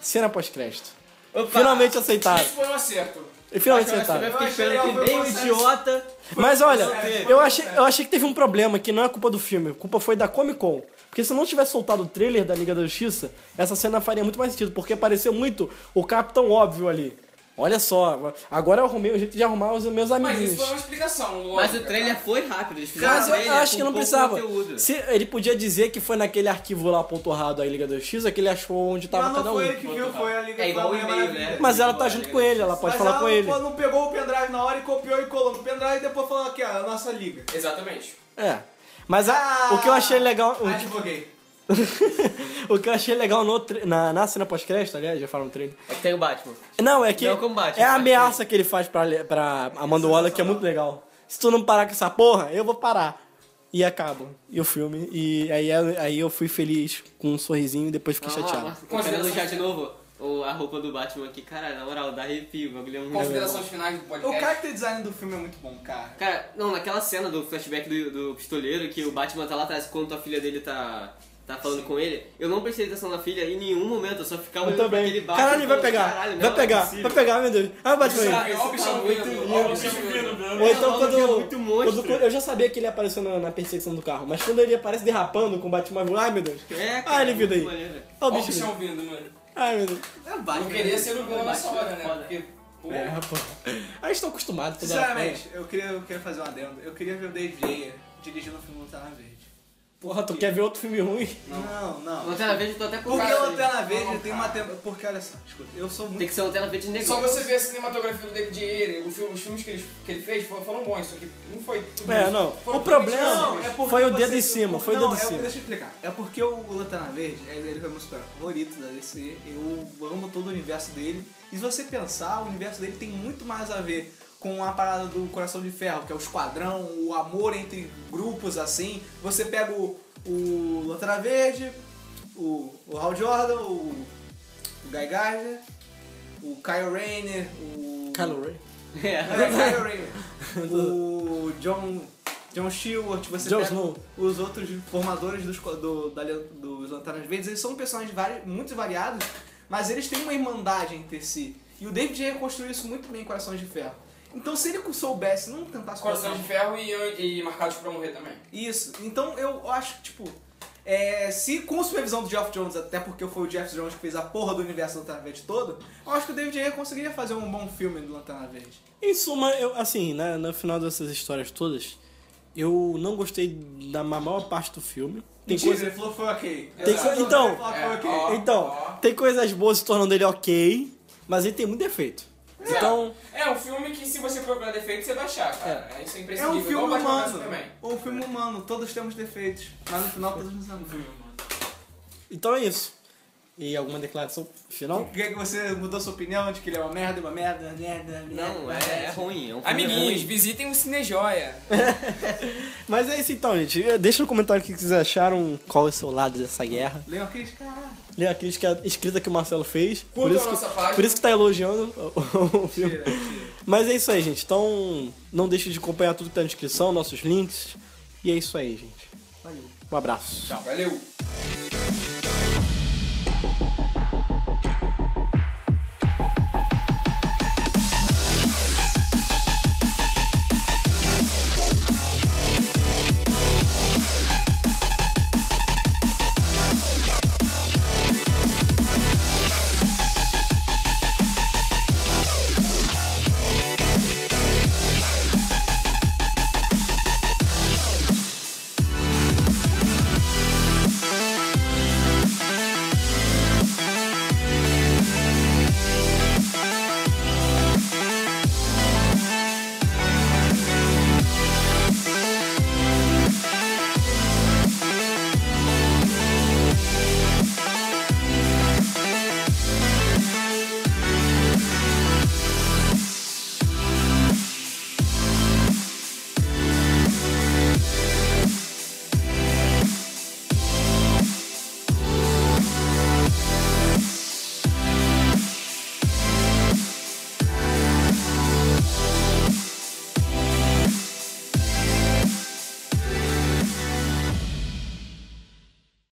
E: Cena pós-crédito.
G: Opa!
E: Finalmente tá. aceitaram.
F: Isso foi um acerto.
E: E Finalmente
G: Acho que
E: aceitaram.
G: Eu fiquei esperando
A: Eu
G: que
A: achei
G: bem
A: legal, foi um
G: idiota.
E: Mas olha,
A: Sério?
E: eu achei, eu achei que teve um problema que não é culpa do filme, a culpa foi da Comic Con. Porque se não tivesse soltado o trailer da Liga da Justiça, essa cena faria muito mais sentido, porque pareceu muito o Capitão Óbvio ali. Olha só, agora eu arrumei o jeito de arrumar os meus
F: Mas isso foi um
E: amiguinhos.
F: uma explicação, lógico.
G: Mas o
F: é
G: trailer foi rápido, eles fizeram
E: Mas
G: um
E: eu
G: trailer
E: acho
G: com
E: que não
G: pouco
E: precisava.
G: conteúdo.
E: Se, ele podia dizer que foi naquele arquivo lá apontorrado da Liga da Justiça que ele achou onde tava
A: mas não
E: cada um.
A: foi ele que viu, foi a Liga
G: É
A: da
G: igual o
A: Mulher
G: e-mail,
A: Maravilha.
G: né?
E: Mas ela tá junto com ele, ela
A: Mas
E: pode falar
A: ela
E: com
A: não,
E: ele.
A: não pegou o pendrive na hora e copiou e colou no pendrive e depois falou aqui, ó, a nossa liga.
F: Exatamente.
E: É. Mas a- o que eu achei legal.
A: Ah,
E: o-
A: Advoguei.
E: O que eu achei legal no tra- na, na cena pós-crédito, aliás, já falaram no trailer.
G: É que tem o Batman.
E: Não, é que.
G: Não é o combate,
E: é a
G: combate.
E: ameaça que ele faz pra, Le- pra Amanda Waller, que é muito legal. Se tu não parar com essa porra, eu vou parar. E acaba. E o filme. E aí, aí eu fui feliz com um sorrisinho e depois
G: Ah,
E: fiquei chateado.
G: Quero elogiar de novo o- a roupa do Batman aqui. Cara, na moral, dá arrepio. O bagulho é
F: né,
G: muito legal.
F: Considerações finais do
A: O
F: podcast.
A: character design do filme é muito bom, cara.
G: Cara, não, naquela cena do flashback do, do pistoleiro, que o Batman tá lá atrás enquanto a filha dele tá... Tá falando com ele, eu não prestei atenção na filha em nenhum momento, eu só ficava
E: Eu
G: olhando pra aquele
E: também.
G: Batman.
E: Caralho, vai
G: falando,
E: pegar.
G: "Caralho, não,
E: vai
G: não é
E: pegar.
G: possível."
E: vai pegar, meu Deus. Ah, Batman.
F: Sabe, Ó o bichão vindo, ó o bichão vindo.
E: Ou então
G: Não,
E: quando,
G: é muito monstro.
E: quando- Eu já sabia que ele apareceu na, na perseguição do carro, mas quando ele aparece derrapando com o Batman, ai meu Deus.
G: É,
E: ah, ele vindo aí.
G: muito maneiro. É,
E: Olha o
F: Ó o
G: um
E: bicho. vindo.
F: bichão vindo, mano.
E: Ai, meu Deus.
A: É Batman.
F: Eu queria
E: um
F: ser o vilão nessa hora, né?
G: é Foda.
F: Porque, pô,
E: É, pô. A gente tá acostumado toda hora.
A: Sinceramente, eu queria, eu queria fazer um adendo. Eu queria ver o David Ayer dirigindo o filme Lanterna Verde.
E: Porra, tu quer ver outro filme ruim?
A: Não, não.
D: Lanterna Verde, eu tô até com
A: Porque
D: cara.
A: Lanterna Verde tem uma tema. Porque olha só, escuta, eu sou
D: Tem
A: muito.
G: um
D: que ser Lanterna Verde negócio.
F: Só você ver a cinematografia do David Ayer, o filme- os filmes que ele, que ele fez foram, foram bons, só que não foi tudo
E: É,
F: isso.
E: não.
F: Foram
E: O problema-
F: tudo isso.
E: Não, é porque Foi o dedo em cima, foi o
A: não,
E: dedo em
A: é-
E: cima.
A: Deixa eu explicar. É porque o Lanterna Verde, ele ele foi meu super favorito da DC. Eu amo todo o universo dele. E se você pensar, o universo dele tem muito mais a ver com a parada do Coração de Ferro, que é o esquadrão, o amor entre grupos, assim. Você pega o, o Lanterna Verde, o, o Hal Jordan, o, o Guy Gardner, o Kyle Rayner, o...
E: Ray.
A: É, Kyle Rayner. o John... John Stewart, você
E: Jon
A: pega
E: Snow.
A: os outros formadores dos, co- do, da, Le- dos Lanternas Verdes, eles são personagens vari- muito variados, mas eles têm uma irmandade entre si. E o David Ayer construiu isso muito bem em Corações de Ferro. Então se ele soubesse, não tentasse
F: Coração de Ferro e, e Marcados pra Morrer também.
A: isso. Então eu acho que, tipo, é, se com supervisão do Jeff Jones, até porque foi o Jeff Jones que fez a porra do universo do Lanterna Verde todo, eu acho que o David Ayer conseguiria fazer um bom filme do Lanterna Verde.
E: Em suma, eu, assim, né, no final dessas histórias todas, eu não gostei da ma- maior parte do filme. Tem
A: Mentira,
E: coisa...
A: ele falou foi ok.
E: Tem
A: Exato.
E: co- então,
A: Ele falou que foi
F: é,
A: ok.
F: ó.
E: Então,
F: Ó.
E: tem coisas boas se tornando ele ok, mas ele tem muito defeito. Então,
F: É um filme que se você procurar defeito, você vai achar, cara. Isso é
A: É
F: imprescindível.
A: um filme
F: igual Batman vs
A: humano.
F: Superman.
A: Um filme humano, todos temos defeitos, mas no final todos nos amamos.
E: então é isso. E alguma declaração final?
A: Por que que você mudou sua opinião de que ele é uma merda, uma merda, uma merda, uma merda?
G: Não, é, é ruim. É um filme
F: Amiguinhos,
G: ruim.
F: visitem o Cinejoia.
E: Mas é isso então, gente. Deixa no comentário o que vocês acharam, qual é o seu lado dessa guerra.
A: Leon Cris, caralho.
E: Lê a crítica escrita que o Marcelo fez. Por
F: Curtam
E: isso,
F: a nossa
E: que,
F: página.
E: por isso que tá elogiando o, o filme.
A: Tira, tira.
E: Mas é isso aí, gente. Então, não deixe de acompanhar tudo que tá na descrição, nossos links. E é isso aí, gente.
A: Valeu.
E: Um abraço.
F: Valeu.
E: Tchau.